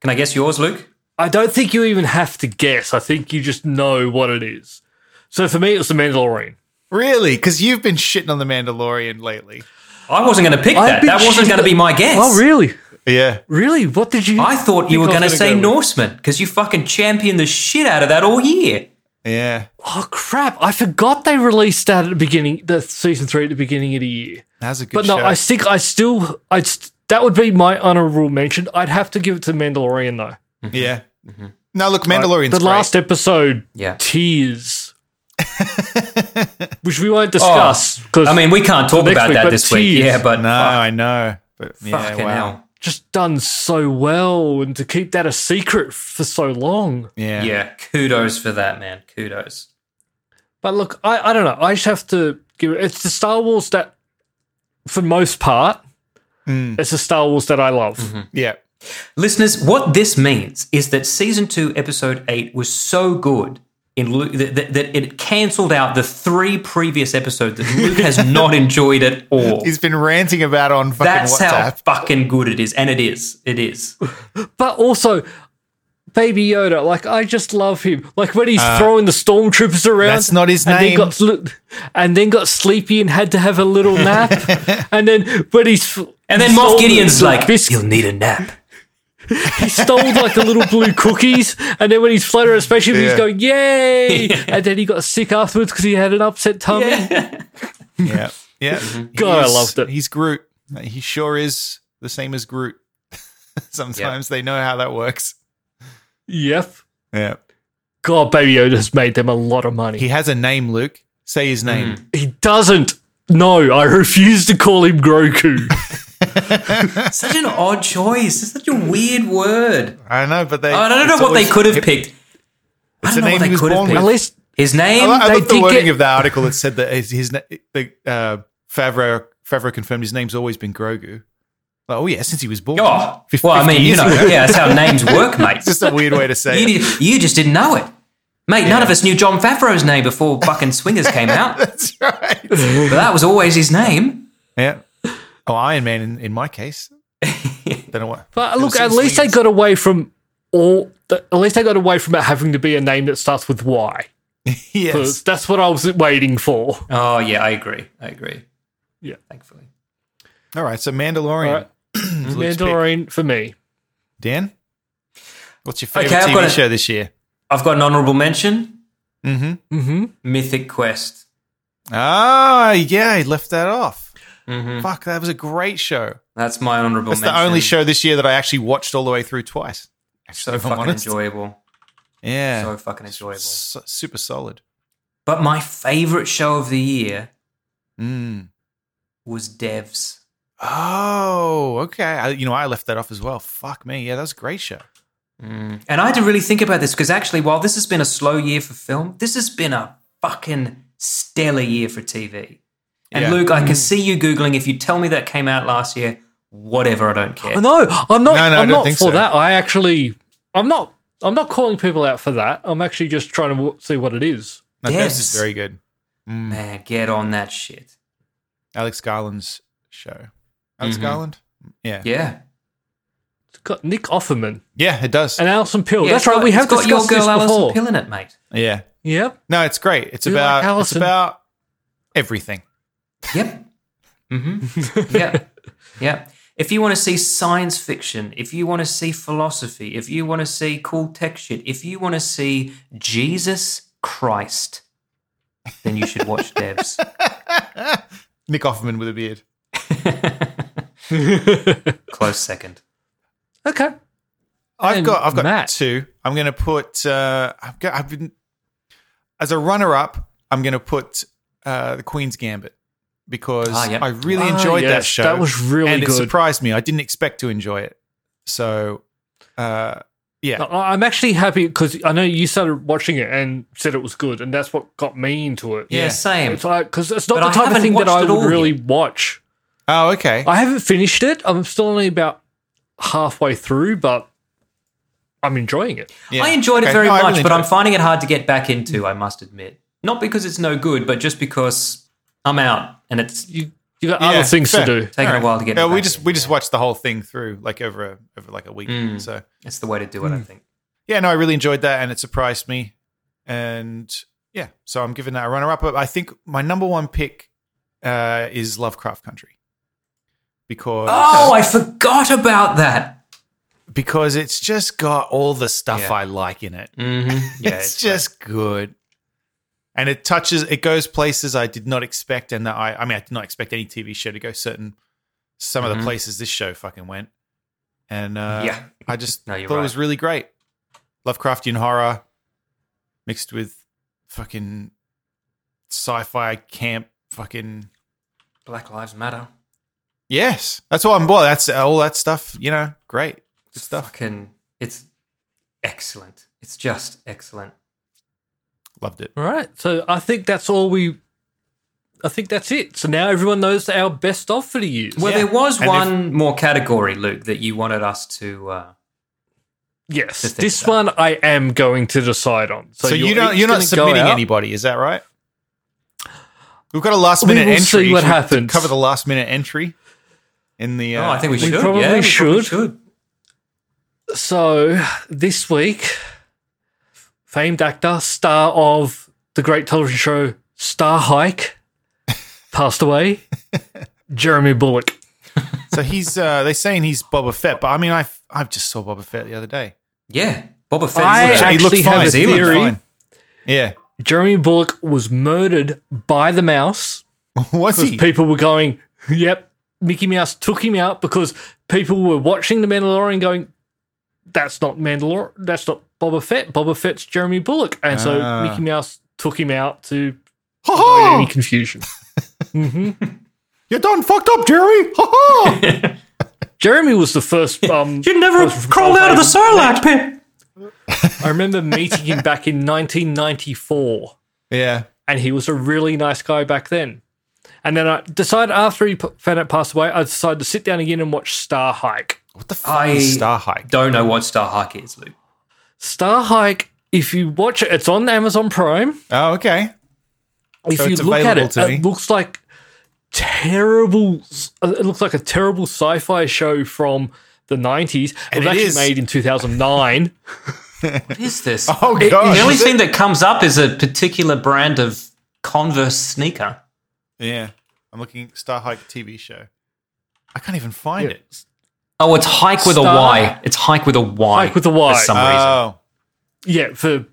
Can I guess yours, Luke? I don't think you even have to guess. I think you just know what it is. So for me, it was The Mandalorian. Really? Because you've been shitting on the Mandalorian lately. I wasn't going to pick I've that. been That wasn't shit- going to be my guess. Oh, really? Yeah. Really? What did you? I thought you were think I going to was say go with? Norseman because you fucking championed the shit out of that all year. Yeah. Oh crap! I forgot they released that at the beginning, the season three at the beginning of the year. That was a good But no, show. I think I still, I st- that would be my honorable mention. I'd have to give it to Mandalorian though. yeah. Mm-hmm. No, look, Mandalorian's the great. last episode, Yeah. tears, which we won't discuss because Oh, I mean, we can't talk next about week, that but this geez. week. Yeah, but No, I know. But yeah, fucking wow. hell. just done so well, and to keep that a secret for so long. Yeah. Yeah, kudos for that, man. Kudos. But look, I, I don't know. I just have to give it. It's the Star Wars that, for most part, Mm. it's the Star Wars that I love. Mm-hmm. Yeah. Listeners, what this means is that season two, episode eight, was so good in Luke that, that, that it cancelled out the three previous episodes that Luke has not enjoyed at all. He's been ranting about on fucking That's how WhatsApp. fucking good it is, and it is. It is. But also, Baby Yoda, like I just love him. Like when he's throwing the stormtroopers around. Uh, that's not his And then, name. got, sli- and then got sleepy and had to have a little nap. and then, but he's And then Moff stole Gideon's the like, bisc- "You'll need a nap." he stole like the little blue cookies. And then when he's floating around especially he's Yeah. going, "Yay!" And then he got sick afterwards because he had an upset tummy. yeah. God, I Yeah. Mhm. He's- loved it. He's Groot. He sure is the same as Groot. Sometimes they know how that works. Yep. Yeah. God, Baby Yoda's made them a lot of money. Mm. He has a name, Luke. Say his name. He doesn't. No, I refuse to call him Grogu. Such an odd choice. It's such a weird word. I know, but they. Oh, I don't know it's what they always- could have it- picked. I don't It's the know name what they he was could have born picked. with. Unless His I, name. lo- I They love the did wording get- of the article that said that his, his na- the, uh, Favreau Favreau confirmed his name's always been Grogu. Like, oh yeah, since he was born. Oh, Fif- well, I 50 mean, you years know, ago. yeah, that's how names work, mate. It's just a weird way to say. you, it. did- you just didn't know it. Mate, none of us knew John Favreau's name before fucking Swingers came out. but That's right. that was always his name. Yeah. Oh, Iron Man in, in my case. Don't know what. But uh, look, It at was least they Swingers. got away from all. The, at least they got away from it having to be a name that starts with Y. Yes. 'Cause That's what I was waiting for. Oh, yeah, I agree. I agree. Yeah. Thankfully. All right. So Mandalorian. All right. is Luke's pick. Mandalorian for me. Dan, what's your favorite Okay, I've TV got a- show this year? I've got an honorable mention Mm-hmm. Mythic Quest. Ah, yeah, he left that off. Fuck, that was a great show. That's my honorable That's Mm-hmm. mention. the only show this year that I actually watched all the way through twice. Actually, So if I'm fucking honest. enjoyable. Yeah. So fucking enjoyable. Su- super solid. But my favorite show of the year Mm. was Devs. Oh, okay. I, you know, I left that off as well. Fuck me. Yeah, that was a great show. And I had to really think about this because actually, while this has been a slow year for film, this has been a fucking stellar year for TV. And Yeah. Luke, I Mm. can see you Googling. If you tell me that came out last year, whatever, I don't care. No, I'm not. No, no, I I'm don't not think for so. that. I actually, I'm not. I'm not calling people out for that. I'm actually just trying to w- see what it is. No, Yes. This is very good. Man, get on that shit. Alex Garland's show. Alex Mm-hmm. Garland? Yeah. yeah. Yeah. It's got Nick Offerman it does. and Alison Pill. Yeah, That's it's right. got- we it's have got your discussed girl this Alison before. Pill in it, mate. yeah. Yep. No, it's great. It's Do you like about it's Allison? about everything. Yep. Mm-hmm. yep. Yep. If you want to see science fiction, if you want to see philosophy, if you want to see cool tech shit, if you want to see Jesus Christ, then you should watch Devs. Nick Offerman with a beard. Close second. Okay. I've And got I've got Matt. two. I'm going to put uh, I've got I've been as a runner up. I'm going to put uh, the Queen's Gambit because Ah, yep. I really Ah, enjoyed that yes, show. that was really and good. it surprised me. I didn't expect to enjoy it. So uh, yeah, I- I'm actually happy because I know you started watching it and said it was good, and that's what got me into it. Yeah, Yeah. same. It's like because it's not But I the type of haven't thing that watched I it would all really yet. watch. oh okay, I haven't finished it. I'm still only about halfway through, but I'm enjoying it. Yeah. I enjoyed it Okay. very No, I much, really but I'm enjoyed it. finding it hard to get back into, I must admit. Not because it's no good, but just because I'm out and it's You you got Yeah, other things fair. to do. taking a while to get No, back we just in. we just watched the whole thing through like over a, over like a week. Mm. So It's the way to do Hmm. it, I think. yeah, no, I really enjoyed that and it surprised me. And yeah, so I'm giving that a runner up. But I think my number one pick uh, is Lovecraft Country because Oh, I forgot about that. because it's just got all the stuff Yeah. I like in it. Mm-hmm. Yeah, it's, just good. And it touches, it goes places I did not expect, and that I, I mean, I did not expect any TV show to go certain, some of the places this show fucking went. And uh, Mm-hmm. Yeah. I just No, thought you're it was right. really great. Lovecraftian horror mixed with fucking sci fi camp fucking. Black Lives Matter. Yes. That's all I'm, well, that's all that stuff, you know, great. Good stuff. Fucking, it's excellent. It's just excellent. Loved it. All right. So I think that's all we. I think that's it. So now everyone knows our best of for the year. Well, Yeah. there was And if- one more category, Luke, that you wanted us to. Uh, yes, think this so. one I am going to decide on. So, So, you you're don't each you're not gonna go submitting out. anybody, is that right? We've got a last We minute will entry. see what Should we happens. Cover the last minute entry in the. Uh, Oh, I think we We should. probably yeah, should. should. So this week, famed actor, star of the great television show Star Hike, passed away. Jeremy Bullock. so. He's uh, they're saying he's Boba Fett, but I mean, I I just saw Boba Fett the other day. Yeah, Boba Fett. I is a- He looked actually have fine. a He looked theory. fine. Yeah, Jeremy Bullock was murdered by the mouse. was he? People were going, "Yep, Mickey Mouse took him out," because people were watching The Mandalorian, going, "That's not Mandalor. That's not Boba Fett. Boba Fett's Jeremy Bullock." And so Ah. Mickey Mouse took him out to avoid Oh, any confusion. You're done fucked up, Jerry. Ha ha. Jeremy was the first. Um, You never have crawled out of the Sarlacc pit. I remember meeting him back in 1994. yeah. and he was a really nice guy back then. And then I decided after he p- found out passed away, I decided to sit down again and watch Star Hike. What the fuck I is Star Hike? don't know what Star Hike is, Luke. Star Hike, if you watch it, it's on Amazon Prime. Oh, okay. If So you it's look at available it, to me. it looks like terrible. uh, It looks like a terrible sci-fi show from the nineties. It And was it actually is. made in two thousand nine. What is this? Oh, It- God. the only thing that comes up is a particular brand of Converse sneaker. Yeah. I'm looking Star Hike TV show. I can't even find it. Oh, it's hike with a Star- Y. It's hike with a Y. Hike with a Y. For some Oh, yeah, for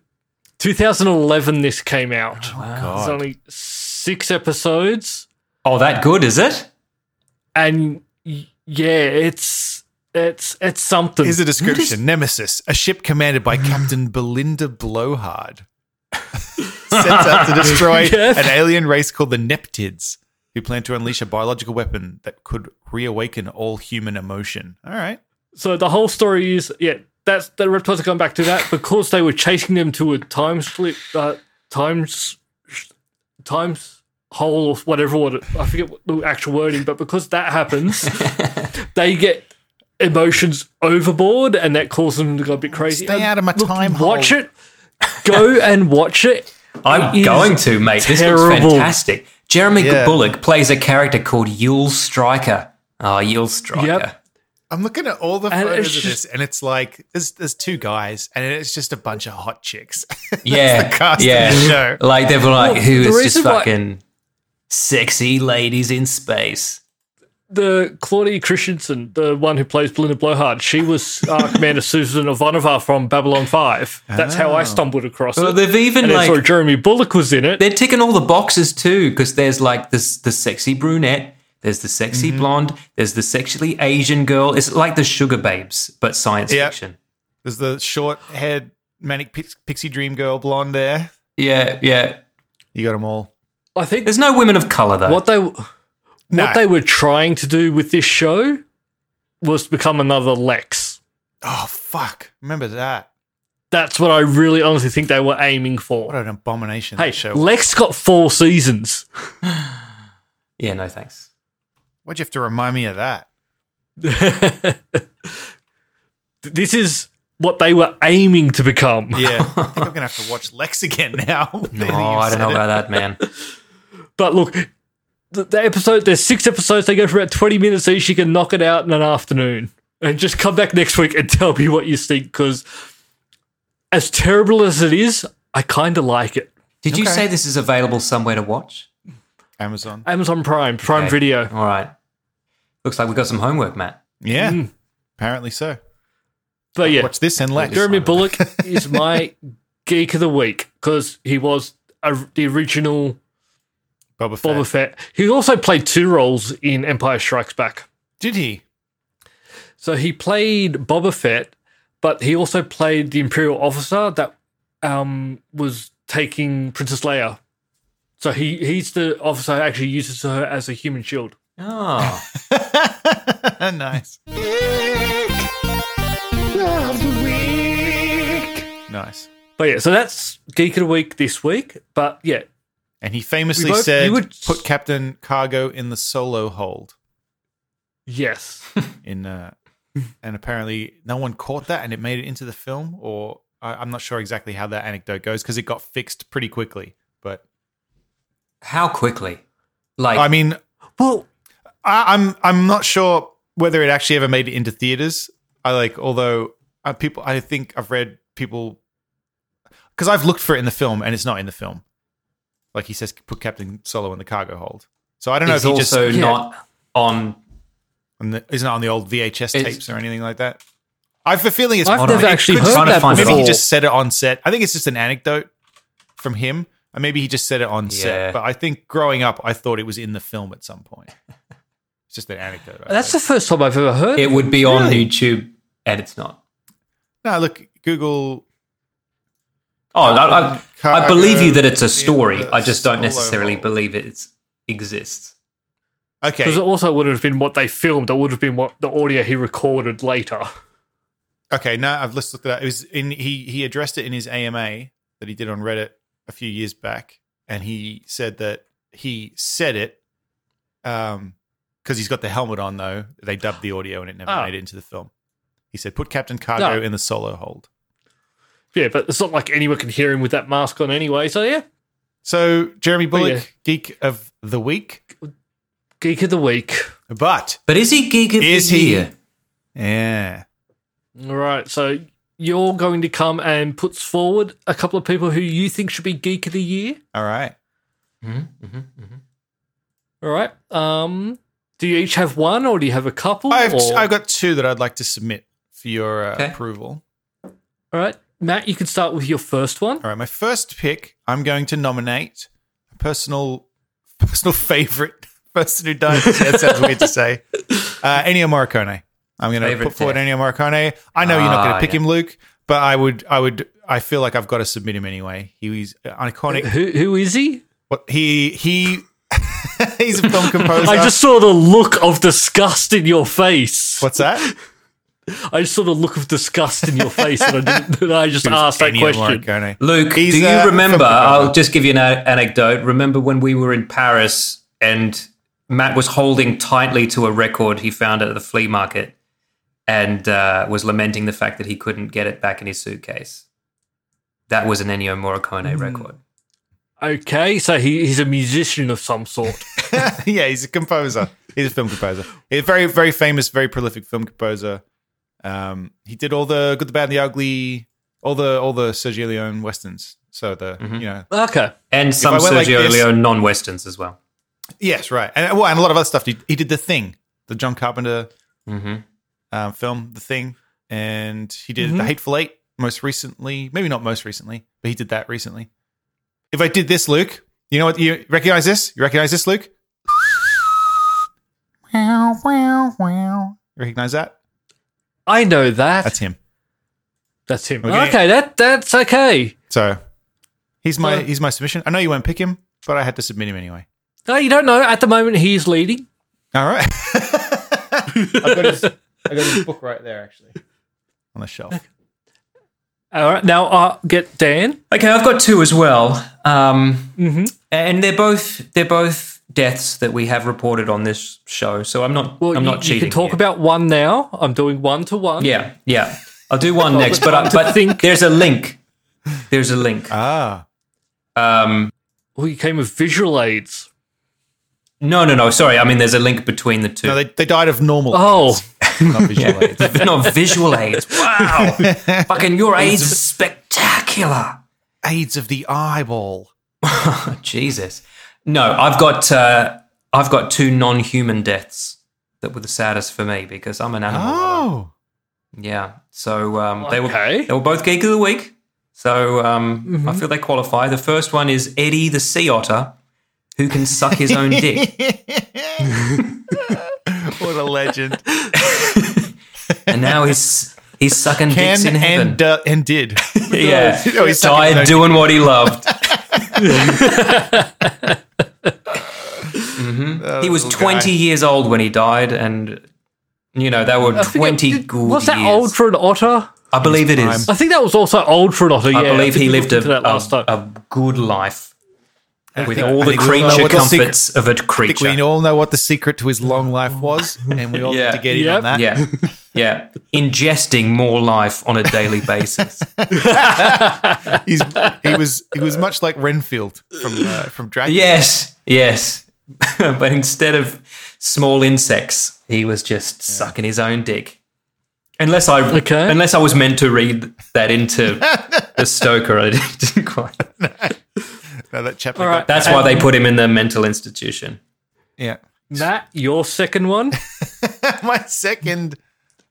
two thousand eleven, this came out. Oh, There's God. only six episodes. reason. Oh, that good is it? and y- yeah, it's it's it's something. Here's a description Nemesis, a ship commanded by Captain Belinda Blowhard, sets out to destroy Yes. an alien race called the Neptids, who plan to unleash a biological weapon that could reawaken all human emotion. All right. so the whole story is yeah, that's the reptiles are going back to that because they were chasing them to a time slip, uh, times times hole or whatever. What it, I forget what the actual wording, but because that happens, they get emotions overboard, and that causes them to go a bit crazy. Oh, Stay And out of my time hole. Watch it. Go and watch it. I'm It is going to, mate. This looks terrible. fantastic. Jeremy Yeah. Bullock plays a character called Yule Striker. Oh, Yule Striker. Yep. I'm looking at all the And photos it's of this, and it's like there's there's two guys, and it's just a bunch of hot chicks. yeah, the cast of yeah. the show. Like they were like, Well, who the is just reason why- fucking sexy ladies in space? the Claudia Christensen, the one who plays Belinda Blowhard, she was uh, Commander Susan Ivanova from Babylon Five. That's how I stumbled across Ah. Well, it. they've even and I like saw Jeremy Bullock was in it. they're ticking all the boxes too because there's like this the sexy brunette, there's the sexy Mm-hmm. blonde, there's the sexually Asian girl. It's like the sugar babes, but science Yeah. fiction. There's the short haired manic pix- pixie dream girl blonde there. Yeah, yeah. You got them all. I think There's no women of color though. what they what they were trying to do with this show was become another Lex. Oh fuck! Remember that? That's what I really honestly think they were aiming What for. an abomination! Hey, that show. Lex got four seasons. Yeah, no thanks. Why'd you have to remind me of that? this is what they were aiming to become. Yeah, I think I'm gonna have to watch Lex again now. Now that No, you've Oh, I don't said know it. about that, man. But look, the, the episode there's six episodes. They go for about twenty minutes each. You can knock it out in an afternoon, and just come back next week and tell me what you think. Because as terrible as it is, I kind of like it. Did you say this is available somewhere to watch? Amazon. Amazon Prime, Prime Okay. Video. All right. Looks like we've got some homework, Matt. Yeah, apparently so. But yeah, Watch this and Lex. Jeremy Bullock is my geek of the week because he was a, the original Boba Fett. Boba Fett. He also played two roles in Empire Strikes Back. Did he? So he played Boba Fett, but he also played the Imperial officer that um, was taking Princess Leia. So he, he's the officer who actually uses her as a human shield. Oh. nice. Nice. But yeah, so that's Geek of the Week this week. But yeah, And he famously We both- said, you would- "Put Captain Cargo in the solo hold." yes. in uh, and apparently no one caught that and it made it into the film or I, i'm not sure exactly how that anecdote goes because it got fixed pretty quickly but How quickly? Like i mean well, I, i'm i'm not sure whether it actually ever made it into theaters i like although uh, people i think i've read people because i've looked for it in the film and it's not in the film like he says put captain solo in the cargo hold so i don't know it's if he also Yeah. not on on the, isn't it on the old VHS It's- tapes or anything like that? I have a feeling it's I've not never on it. actually It could just heard be- that Maybe he before. just said it on set. I think it's just an anecdote from him. Or maybe he just said it on Yeah. set. But I think growing up, I thought it was in the film at some point. It's just an anecdote. I that's think. the first time I've ever heard. it would be on YouTube and it's not. no. Look, Google. Oh, I, I, I Cargo Uh, believe you Oh, that it's a story. in the I just don't solo necessarily hold. believe it's exists. Okay. Because it also would have been what they filmed. It would have been what the audio he recorded later. Okay, no, I've let's look at that. It was in he he addressed it in his AMA that he did on Reddit a few years back, and he said that he said it um because he's got the helmet on though. They dubbed the audio and it never Ah. made it into the film. He said, "Put Captain Cargo No. in the solo hold." Yeah, but it's not like anyone can hear him with that mask on anyway. So yeah, So Jeremy Oh, Bullock, yeah. geek of the week, geek of the week. but But is he geek of the Is he? year? yeah, All right, so you're going to come and puts forward a couple of people who you think should be geek of the year. all right. All right. Um, do you each have one, or do you have a couple? I've or- I've got two that I'd like to submit for your uh, Okay. approval. All right, Matt, you can start with your first one. All right, my first pick, I'm going to nominate a personal personal favorite person who died. that sounds weird to say. Uh, Ennio Morricone. I'm going to Favorite, put forward yeah. Ennio Morricone. I know you're not going Ah, to pick yeah. him, Luke, but I would. I would. I feel like I've got to submit him anyway. He was iconic. Who who is he? What he he he's a film composer. I just saw the look of disgust in your face. what's that? I just saw the look of disgust in your face, and I didn't. And I just asked that Ennio question. Morricone. Luke, He's, do you uh, remember? from- I'll just give you an a- anecdote. Remember when we were in Paris and Matt was holding tightly to a record he found at the flea market and uh, was lamenting the fact that he couldn't get it back in his suitcase? That was an Ennio Morricone Hmm. record. Okay, so he, he's a musician of some sort. yeah, he's a composer. He's a film composer. He's a very, very famous, very prolific film composer. Um, he did all the good, the bad, and the ugly, all the all the Sergio Leone westerns. So the you know Okay. And some I went like Sergio this- Leone non westerns as well. yes, right, and well, and a lot of other stuff. He, he did the thing, the John Carpenter um, film, the thing, and he did the Hateful Eight most recently. Maybe not most recently, but he did that recently. If I did this, Luke, you know what? You recognize this? You recognize this, Luke? Recognize that? I know that. That's him. That's him. Okay. Okay, that that's okay. So he's my So- he's my submission. I know you won't pick him, but I had to submit him anyway. No, you don't know. At the moment, he is leading. All right. I've got his, I've got his book right there, actually, on the shelf. All right, now I'll get Dan. Okay, I've got two as well, um, Mm-hmm. and they're both they're both deaths that we have reported on this show. So I'm not Well, I'm you, not cheating. you can talk here. about one now. I'm doing one to one. yeah yeah. I'll do one next, Oh, but I, but think. there's a link. There's a link. Ah, Um, Well, Oh, you came with visual aids. no no no. Sorry, I mean there's a link between the two. no, they, they died of normal. Oh, not visual aids. not visual aids. Wow, fucking your aids are spectacular. AIDS of the eyeball. Jesus. No, I've got uh, I've got two non-human deaths that were the saddest for me because I'm an animal. lover. Oh, Yeah. So um, they Okay. were they were both geek of the week. So um, I Mm-hmm. feel they qualify. The first one is Eddie the sea otter, who can suck his own dick, what a legend! and now he's he's sucking Can dicks in heaven. and uh, and did. yeah, No, he's sucking his died own doing what he loved. Uh, He was little twenty guy. years old when he died, and you know that were I think twenty it- good Was that years. old for an otter? I believe it is. I think that was also old for an otter. Yeah, I believe think he we lived looked into a, that last a, time. a good life with think- all I the think we all know creature what the secret- comforts of a I think creature. we all know what the secret to his long life was, and we all Yeah. need to get in Oh. Yep. on that. Yeah. Yeah. Ingesting more life on a daily basis. He's, he was he was much like Renfield from uh, from Dracula. yes. Yes. but instead of small insects, he was just sucking his own dick. Unless I Okay. unless I was meant to read that into the Stoker, I didn't quite. No, that Chaplin. All right. got- That's why they put him in the mental institution. yeah. Matt, your second one. My second,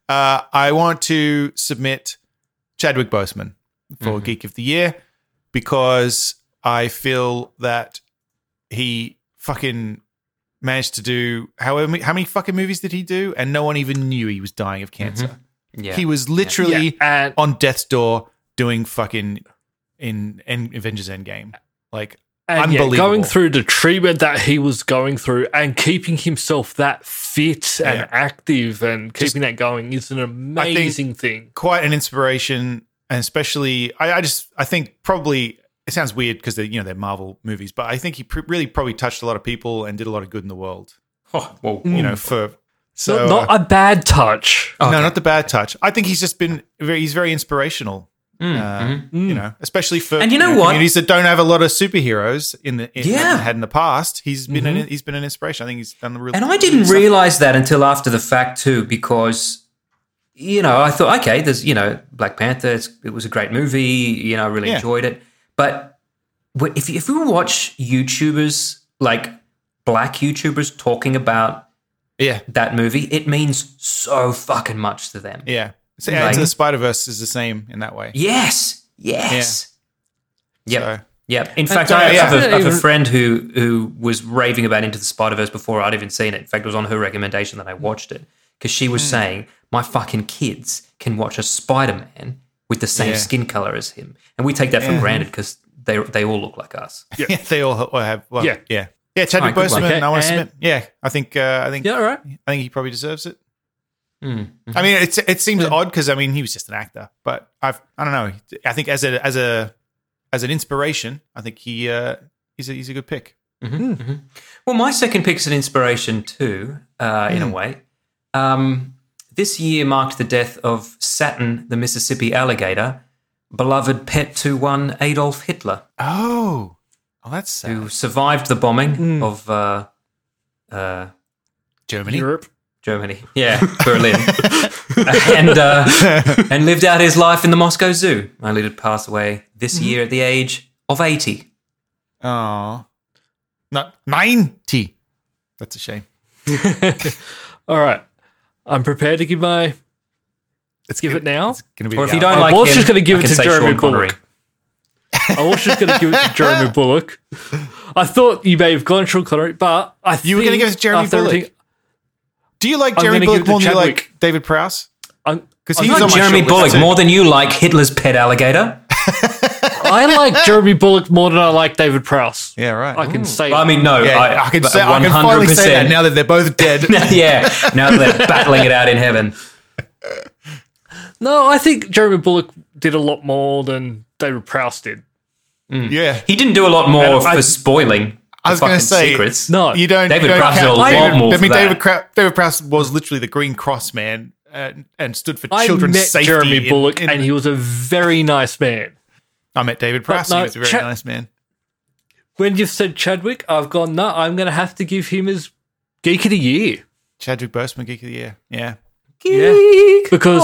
uh, I want to submit Chadwick Boseman Mm-hmm. for Geek of the Year because I feel that he fucking managed to do however many, how many fucking movies did he do, and no one even knew he was dying of cancer. Mm-hmm. Yeah. He was literally Yeah, and- on death's door doing fucking in, in Avengers Endgame. Like And yeah, Unbelievable. going through the treatment that he was going through and keeping himself that fit and Yeah. active and keeping that going is an amazing thing. quite an inspiration, and especially I, I just I think probably it sounds weird because they you know they're Marvel movies, but I think he pr- really probably touched a lot of people and did a lot of good in the world. Oh, well, You know, for so Not, not uh, a bad touch. no, not the bad touch. I think he's just been very he's very inspirational. uh, You know, especially for Mm, mm-hmm. And you know what? communities that don't have a lot of superheroes in the in, Yeah. Mm-hmm. that had in the past. He's been an, he's been an inspiration. I think he's done the real. And I didn't stuff. realize that until after the fact too, because you know I thought, okay, there's you know Black Panther. It's, it was a great movie. You know, I really Yeah. enjoyed it. But wh- if if we watch YouTubers like black YouTubers talking about yeah that movie, it means so fucking much to them. yeah. So yeah, Like- Into the Spider Verse is the same in that way. Yes. Yes. Yep. So- Yep. In fact, I, sorry, yeah. have, a, I have a Even- friend who who was raving about Into the Spider Verse before I'd even seen it. In fact, it was on her recommendation that I watched it because she was saying my fucking kids can watch a Spider Man with the same Yeah. skin color as him, and we take that for granted because they they all look like us. Yeah, they all ha- all have. Well, Yeah. yeah, yeah, Chadwick All right, good Boseman, one. and I want Okay, to and- Smith. Yeah, I think. Uh, I think. Yeah, Hmm, all right. I think he probably deserves it. I mean, it's it seems odd because I mean he was just an actor, but I've I don't know. I think as a as a as an inspiration, I think he uh, he's a he's a good pick. Hmm. Mm-hmm. Well, my second pick's an inspiration too, uh, Hmm. in a way. Um, this year marked the death of Saturn, the Mississippi alligator, beloved pet to one Adolf Hitler. Oh, oh, that's sad. who survived the bombing Hmm. of uh, uh, Germany. Europe. Germany. Yeah, Berlin. and uh, and lived out his life in the Moscow Zoo. Only to pass away this Mm-hmm. year at the age of 80. Oh, not ninety. That's a shame. All right. I'm prepared to give my. Let's Give it now? It's gonna be Or if the you hour. don't I like was him, just gonna give I it can to say Jeremy Sean Connery. Bullock. I was just going to give it to Jeremy Bullock. I thought you may have gone Sean Connery, but I You were gonna think give it to Jeremy after Bullock? everything- Do you like I'm Jeremy gonna give Bullock it to more than you Chadwick. like David Prowse? I'm- Because I'm he's not on my Jeremy shortlist Bullock too. more than you like Hitler's pet alligator. I like Jeremy Bullock more than I like David Prowse. Yeah, right. I can say. Well, I mean, no, Yeah, I, I, can but say, I can finally say that 100%. now that they're both dead. yeah, now that they're battling it out in heaven. no, I think Jeremy Bullock did a lot more than David Prowse did. yeah, He didn't do a lot more Adam, I- for spoiling. I was the going to fucking say secrets. No, You don't. David you don't Prowse count- did a lot David- more I mean, for David, that. Crow- David Prowse was literally the Green Cross man and, and stood for I children's met safety. Jeremy in- Bullock, in- and he was a very nice man. I met David Prowse. no, he was a very Chad- nice man. When you've said Chadwick, I've gone. No, I'm going to have to give him his geek of the year. Chadwick Boseman, Geek of the Year. Yeah, Yeah, because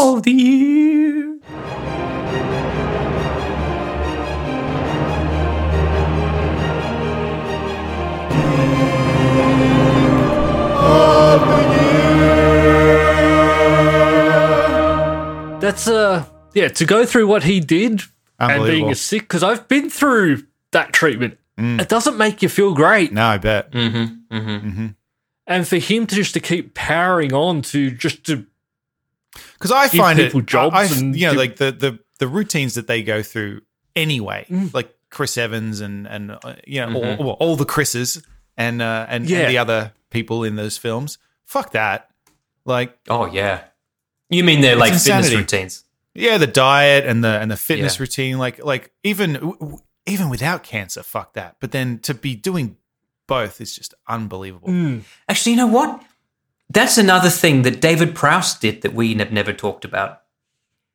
that's uh yeah to go through what he did and Unbelievable. being a sick because I've been through that treatment. It doesn't make you feel great, no, I bet. and for him to just to keep powering on to just to because I give find people it, jobs I, I- and you know, give- like the, the the routines that they go through anyway, Mm. like Chris Evans and and uh, you know all, well, all the Chris's and uh, and, Mm-hmm. Yeah. and the other people in those films. Fuck that. Like Oh yeah. You mean they're like fitness insanity. routines? yeah, the diet and the and the fitness Yeah. routine. Like like even w- w- even without cancer, fuck that. But then to be doing both is just unbelievable. Mm. Actually, you know what? That's another thing that David Prowse did that we have never talked about.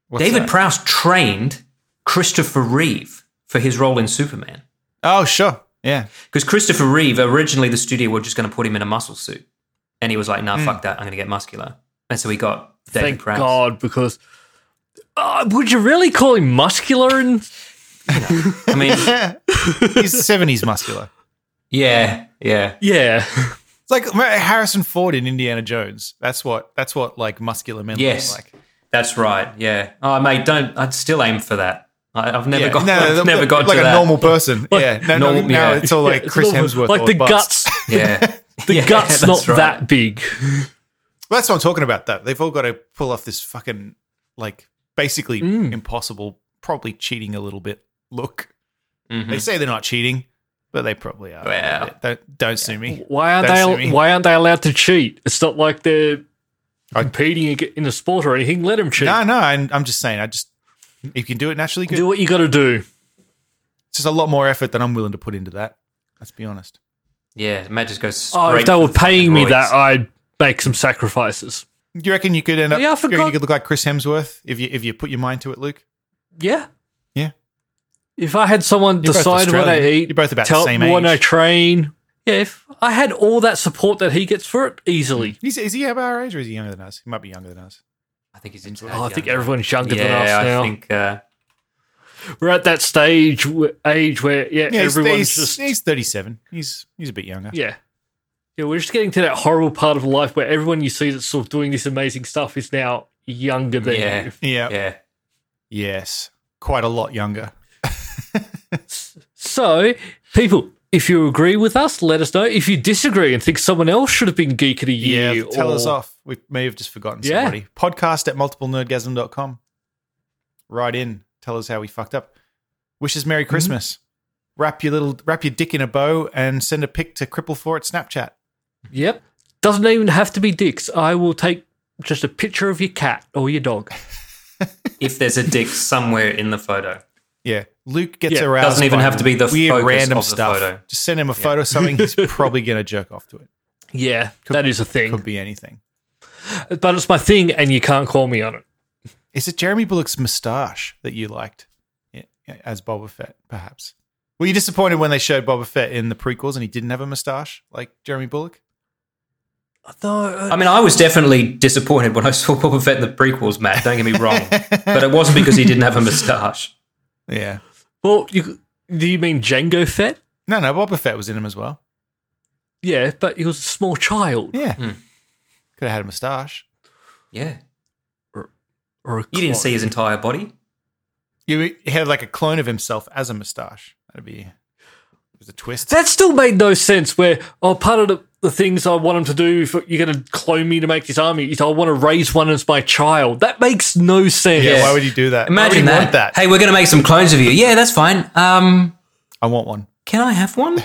What's David that? Prowse trained Christopher Reeve for his role in Superman. oh sure, yeah. Because Christopher Reeve, originally the studio were just going to put him in a muscle suit. And he was like, Hmm. nah, fuck that. I'm going to get muscular. And so he got David thank Prowse. God because uh, would you really call him muscular and I mean, He's seventies muscular. yeah, yeah. yeah? It's like Harrison Ford in Indiana Jones. That's what that's what like muscular men Yes. look like. That's right. Yeah. Oh, mate, don't. I'd still aim for that. I, I've never Yeah. got, No, I've no, never like- got like to a that. normal person. yeah, no, no, normal- no, yeah. it's all like It's Chris not- Hemsworth, like or the bust. guts. Yeah. The Yeah, guts not that's right. that big. Well, that's what I'm talking about. Though they've all got to pull off this fucking like basically Mm. Mm-hmm. impossible, probably cheating a little bit. Look, they say they're not cheating, but they probably are. Well. Don't, don't sue me. Why aren't Don't they? sue me. Why aren't they allowed to cheat? It's not like they're competing ag- in a sport or anything. Let them cheat. No, no. I'm, I'm just saying. I just if you can do it naturally, good. Do what you got to do. It's just a lot more effort than I'm willing to put into that. Let's be honest. Yeah, Matt just goes. Oh, if straight they for were the fucking paying me that, roids. I'd make some sacrifices. Do you reckon you could end up? Yeah, I you reckon forgot- you could look like Chris Hemsworth if you if you put your mind to it, Luke. Yeah. Yeah. If I had someone You're both decide what I Australian. eat, You're both about the tell same when age. I train. Yeah, if I had all that support that he gets for it easily. Is, is he about our age or is he younger than us? He might be younger than us. I think he's into Oh, I think yeah, everyone's younger than us yeah, I now. think uh, We're at that stage w- age where yeah, Yeah, he's, everyone's he's, just he's 37. He's he's a bit younger. yeah. Yeah, we're just getting to that horrible part of life where everyone you see that's sort of doing this amazing stuff is now younger than yeah, you. Yeah. yeah. Yes. Quite a lot younger. So, people, if you agree with us, let us know. If you disagree and think someone else should have been geek of the year, Tell us or- off. We may have just forgotten Yeah. somebody. Podcast at multiplenerdgasm.com. Write in. Tell us how we fucked up. Wish us Merry Mm-hmm. Christmas. Wrap your little wrap your dick in a bow and send a pic to Cripple for it Snapchat. Yep. Doesn't even have to be dicks. I will take just a picture of your cat or your dog. If there's a dick somewhere in the photo, Yeah. Luke gets Yeah, aroused. doesn't even by have to be the weird focus random of the stuff. photo. Just send him a photo of something, he's probably gonna jerk off to it. Yeah, that is a thing. Could be anything. But it's my thing, and you can't call me on it. Is it Jeremy Bullock's moustache that you liked yeah, as Boba Fett, perhaps? Were you disappointed when they showed Boba Fett in the prequels and he didn't have a moustache like Jeremy Bullock? No, I mean, I was definitely disappointed when I saw Boba Fett in the prequels. Matt, don't get me wrong, but it wasn't because he didn't have a moustache. Yeah. well, you, do you mean Django Fett? No, no, Boba Fett was in him as well. Yeah, but he was a small child. Yeah. Hmm. Could have had a moustache. Yeah, Or a you didn't clone. see his entire body. You had like a clone of himself as a moustache. That'd be it was a twist. That still made no sense. Where oh, part of the, the things I want him to do, for, you're going to clone me to make this army. Is I want to raise one as my child. That makes no sense. yeah, why would you do that? Imagine why would you that. want that. Hey, we're going to make some clones of you. Yeah, that's fine. Um, I want one. can I have one?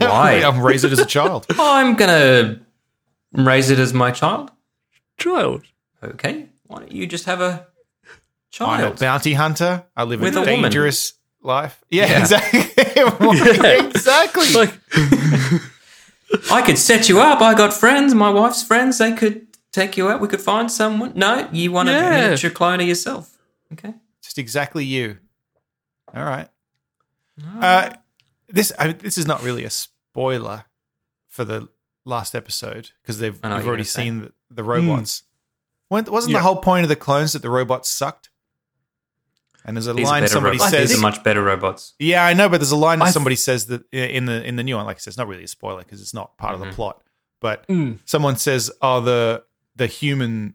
I'm Why? raised it as a child. I'm going to raise it as my child. child. Okay. Why don't you just have a I'm a child? bounty hunter. I live With a a woman. dangerous life. Yeah, Yeah. exactly. exactly. Like I could set you up. I got friends. My wife's friends. They could take you out. We could find someone. No, you want to Yeah. a miniature clone of yourself. Okay. just exactly you. All right. Uh, this I mean, this is not really a spoiler for the last episode because they've I know what we've you're already gonna say. Hmm. seen the, the robots. Wa- Wasn't Yeah. the whole point of the clones that the robots sucked? And there's a These are line better somebody robots. says. These are much better robots. yeah, I know, but there's a line that I- somebody says that i- in the in the new one. Like I said, it's not really a spoiler because it's not part Mm-hmm. of the plot. But Mm. someone says, "Oh, the the human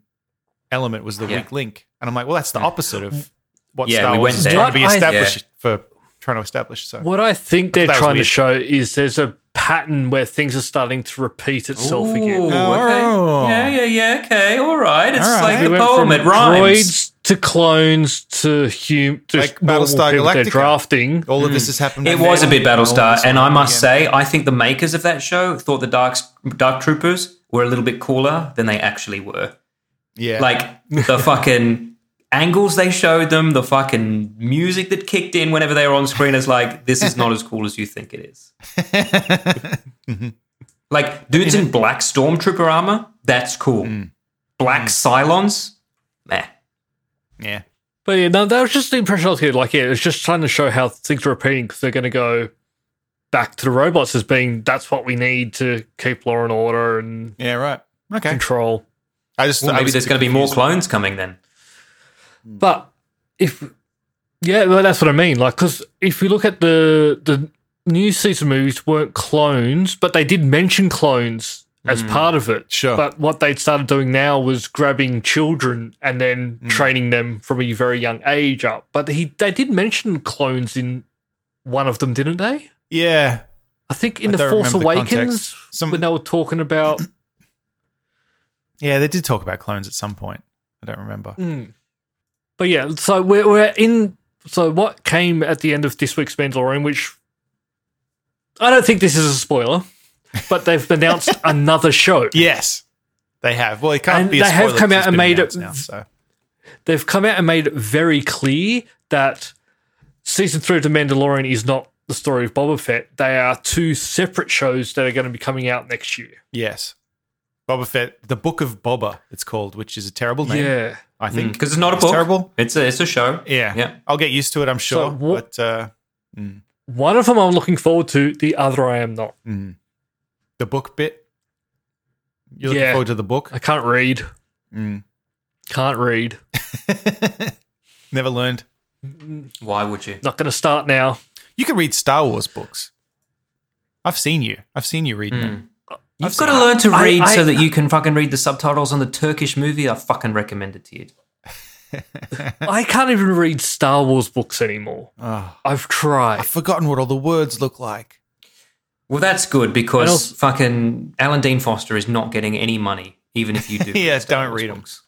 element was the Yeah. weak link," and I'm like, "Well, that's the opposite of what Yeah, Star we Wars went is there. trying to be What I- established for trying to establish." So What I think they're That was trying to weird. show is there's a pattern where things are starting to repeat itself Ooh, again. okay. Oh. Yeah, yeah, yeah. Okay. All right. It's All right. like We the went poem. from It rhymes. droids to clones to hum to Like normal Battlestar people they're Galactica. drafting. all of this has happened. Mm. It and was a then- bit all Battlestar, this and I happened must again. say, I think the makers of that show thought the Dark Dark Troopers were a little bit cooler than they actually were. yeah, Like the fucking angles they showed them, the fucking music that kicked in whenever they were on screen is like, this is not as cool as you think it is. like dudes in black stormtrooper armor, that's cool. Mm. Black Cylons, meh. yeah, But yeah, no, that was just the impression I was getting. Like, yeah, it was just trying to show how things are repeating because they're going to go back to the robots as being that's what we need to keep law and order and yeah, right. Okay, control. I just Well, I maybe was a there's bit going to be more confused. clones coming then. But if yeah, well, that's what I mean. Like, because if we look at the the new season movies, weren't clones, but they did mention clones as part of it. Mm. Sure. But what they'd started doing now was grabbing children and then Mm. training them from a very young age up. But he they did mention clones in one of them, didn't they? Yeah, I think in I the don't Force remember the Awakens context. Some- when they were talking about yeah, they did talk about clones at some point. I don't remember. Mm. But yeah, so we're, we're in. So what came at the end of this week's Mandalorian, which I don't think this is a spoiler, but they've announced another show. Yes, they have. Well, it can't And be. A they have spoiler come 'cause out it's and been made announced it- Now, so They've come out and made it very clear that season three of The Mandalorian is not the story of Boba Fett. They are two separate shows that are going to be coming out next year. yes, Boba Fett, the Book of Boba, it's called, which is a terrible name. Yeah. I think because Mm. it's not a It's book. terrible. It's a it's a show. Yeah, yeah. I'll get used to it. I'm sure. wha- but uh, One of them I'm looking forward to, the other I am not. the book bit, you're looking Yeah. forward to the book. I can't read. Can't read. Never learned. Why would you? Not going to start now. You can read Star Wars books. I've seen you. I've seen you reading Hmm. them. You've got to learn to I- read so I- that you can fucking read the subtitles on the Turkish movie I fucking recommended to you. I can't even read Star Wars books anymore. I've tried. I've forgotten what all the words look like. Well, that's good And because also- fucking Alan Dean Foster is not getting any money, even if you do. Yes, Star don't Wars read 'em. books.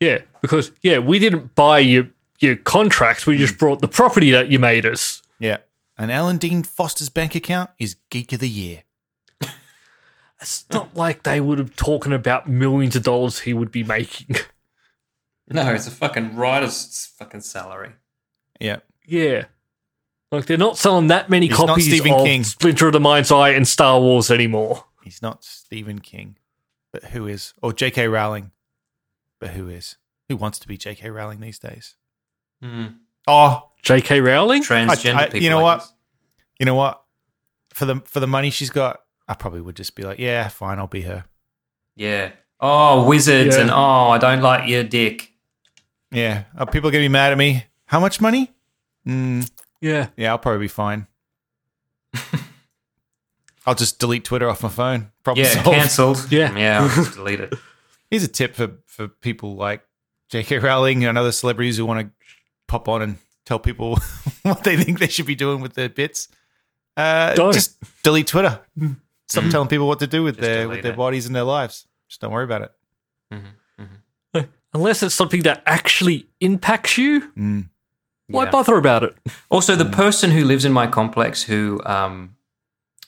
Yeah, because yeah, we didn't buy your your contract. We just brought the property that you made us. Yeah. And Alan Dean Foster's bank account is Geek of the Year. It's not like they would have talking about millions of dollars he would be making. No, it's a fucking writer's fucking salary. Yeah. yeah. Like they're not selling that many He's not copies of Stephen King. Splinter of the Mind's Eye and Star Wars anymore. He's not Stephen King, but who is? Or J.K. Rowling, but who is? Who wants to be J.K. Rowling these days? Oh, J.K. Rowling? Transgender I- I- you people. know I what? guess. you know what? For the for the money she's got, I probably would just be like, yeah, fine, I'll be her. Yeah. Oh, wizards Yeah. and oh, I don't like your dick. Yeah. Are people gonna be mad at me? How much money? Mm, yeah. yeah, I'll probably be fine. I'll just delete Twitter off my phone. Problem Yeah, solved. cancelled. Yeah. Yeah, I'll just delete it. Here's a tip for for people like J.K. Rowling and other celebrities who want to pop on and tell people what they think they should be doing with their bits. Uh, Don't. Just delete Twitter. Stop telling people what to do with Mm-hmm. Just their delete with their it. bodies and their lives. Just don't worry about it. Unless it's something that actually impacts you, why Yeah. bother about it? Also, Mm. the person who lives in my complex who um,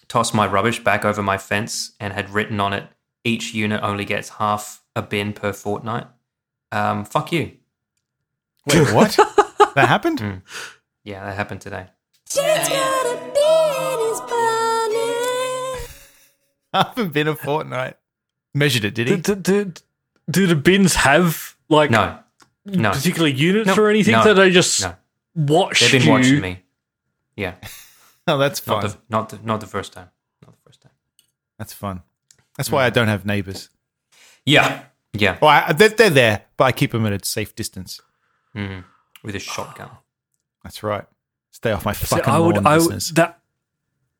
tossed my rubbish back over my fence and had written on it, each unit only gets half a bin per fortnight. Um, fuck you. Wait, what? that happened? Mm. Yeah, that happened today. Haven't been a fortnight. Measured it, did he? Do, do, do, do the bins have like No, no. particular units No. or anything No. that they just No. watch They've been you? watching me. Yeah, Oh, that's not fun. the, not the not the first time. Not the first time. That's fun. That's Mm. why I don't have neighbors. Yeah, yeah, Well, I, they're, they're there, but I keep them at a safe distance. with a shotgun. That's right. Stay off my See, fucking I would, lawn, I would listeners. that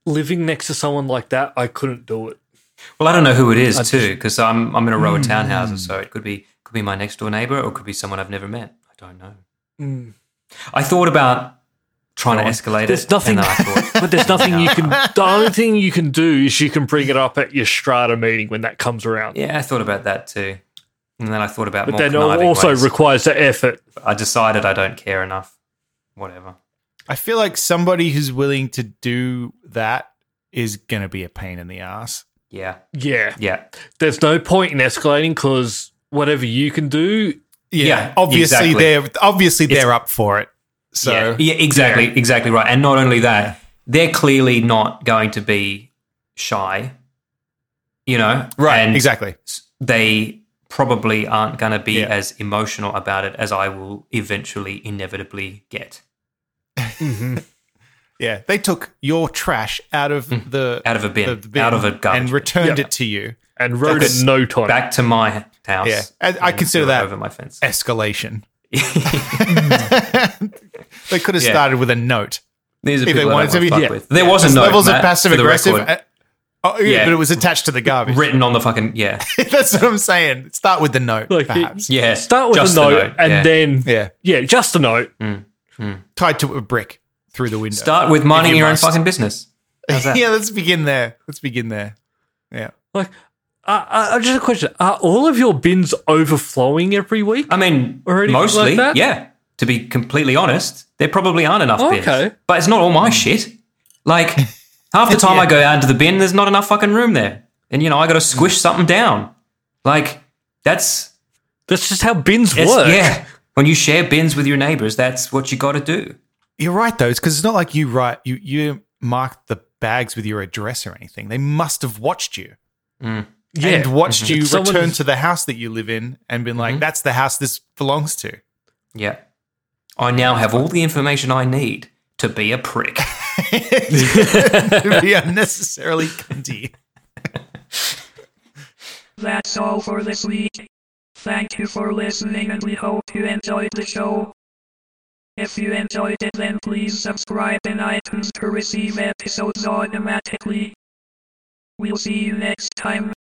living next to someone like that, I couldn't do it. Well, I don't know who it is too, because I'm I'm in a row of Hmm. townhouses, so it could be could be my next door neighbor, or it could be someone I've never met. I don't know. I thought about trying to escalate Hmm. There's it. nothing- and then I thought, But there's nothing you can. The only thing you can do is you can bring it up at your strata meeting when that comes around. yeah, I thought about that too, and then I thought about but more that conniving also ways. requires the effort. I decided I don't care enough. Whatever. I feel like somebody who's willing to do that is going to be a pain in the ass. Yeah, Yeah, yeah, there's no point in escalating because whatever you can do, Yeah, Yeah, obviously exactly. they're obviously they're up for it. So yeah, yeah, exactly, exactly right. And not only that, they're clearly not going to be shy. You know, right, And exactly. they probably aren't going to be Yeah. as emotional about it as I will eventually inevitably get Yeah, they took your trash out of the Mm. Out of a bin. the- the bin Out of a garbage and bin. returned Yeah. it to you. and wrote That's- in no time. back to my house. Yeah, I- I and threw consider it that- over my fence. Escalation. they could have Mm. Yeah. started with a note. These are if they people wanted wanted to to be- fuck yeah. with. There was a There's note, levels Matt, of for the passive aggressive. record, Uh, Oh, yeah, Yeah. but it was attached to the garbage. written on the fucking yeah, That's what I'm saying. Start with the note, Like, perhaps. yeah. Start with just a the note, and yeah. Mm. then yeah, yeah, just a note. tied to a brick through the window. start with If minding you your own must. fucking business. How's that? yeah, let's begin there. Let's begin there. Yeah. Like, uh, uh, just a question: Are all of your bins overflowing every week? I mean, Or anything mostly like that? yeah. To be completely honest, there probably aren't enough bins. Okay. But it's not all my shit. Like Half the time I go out into the bin, there's not enough fucking room there. And, you know, I got to squish something down. Like, that's. That's just how bins it's- work. Yeah. When you share bins with your neighbors, that's what you got to do. You're right though, because it's not like you write you you marked the bags with your address or anything. They must have watched you Yeah. and watched you If someone- return to the house that you live in and been like, "That's the house this belongs to." Yeah. I now have all the information I need to be a prick. To be unnecessarily cunty. That's all for this week. Thank you for listening and we hope you enjoyed the show. If you enjoyed it then please subscribe in iTunes to receive episodes automatically. We'll see you next time.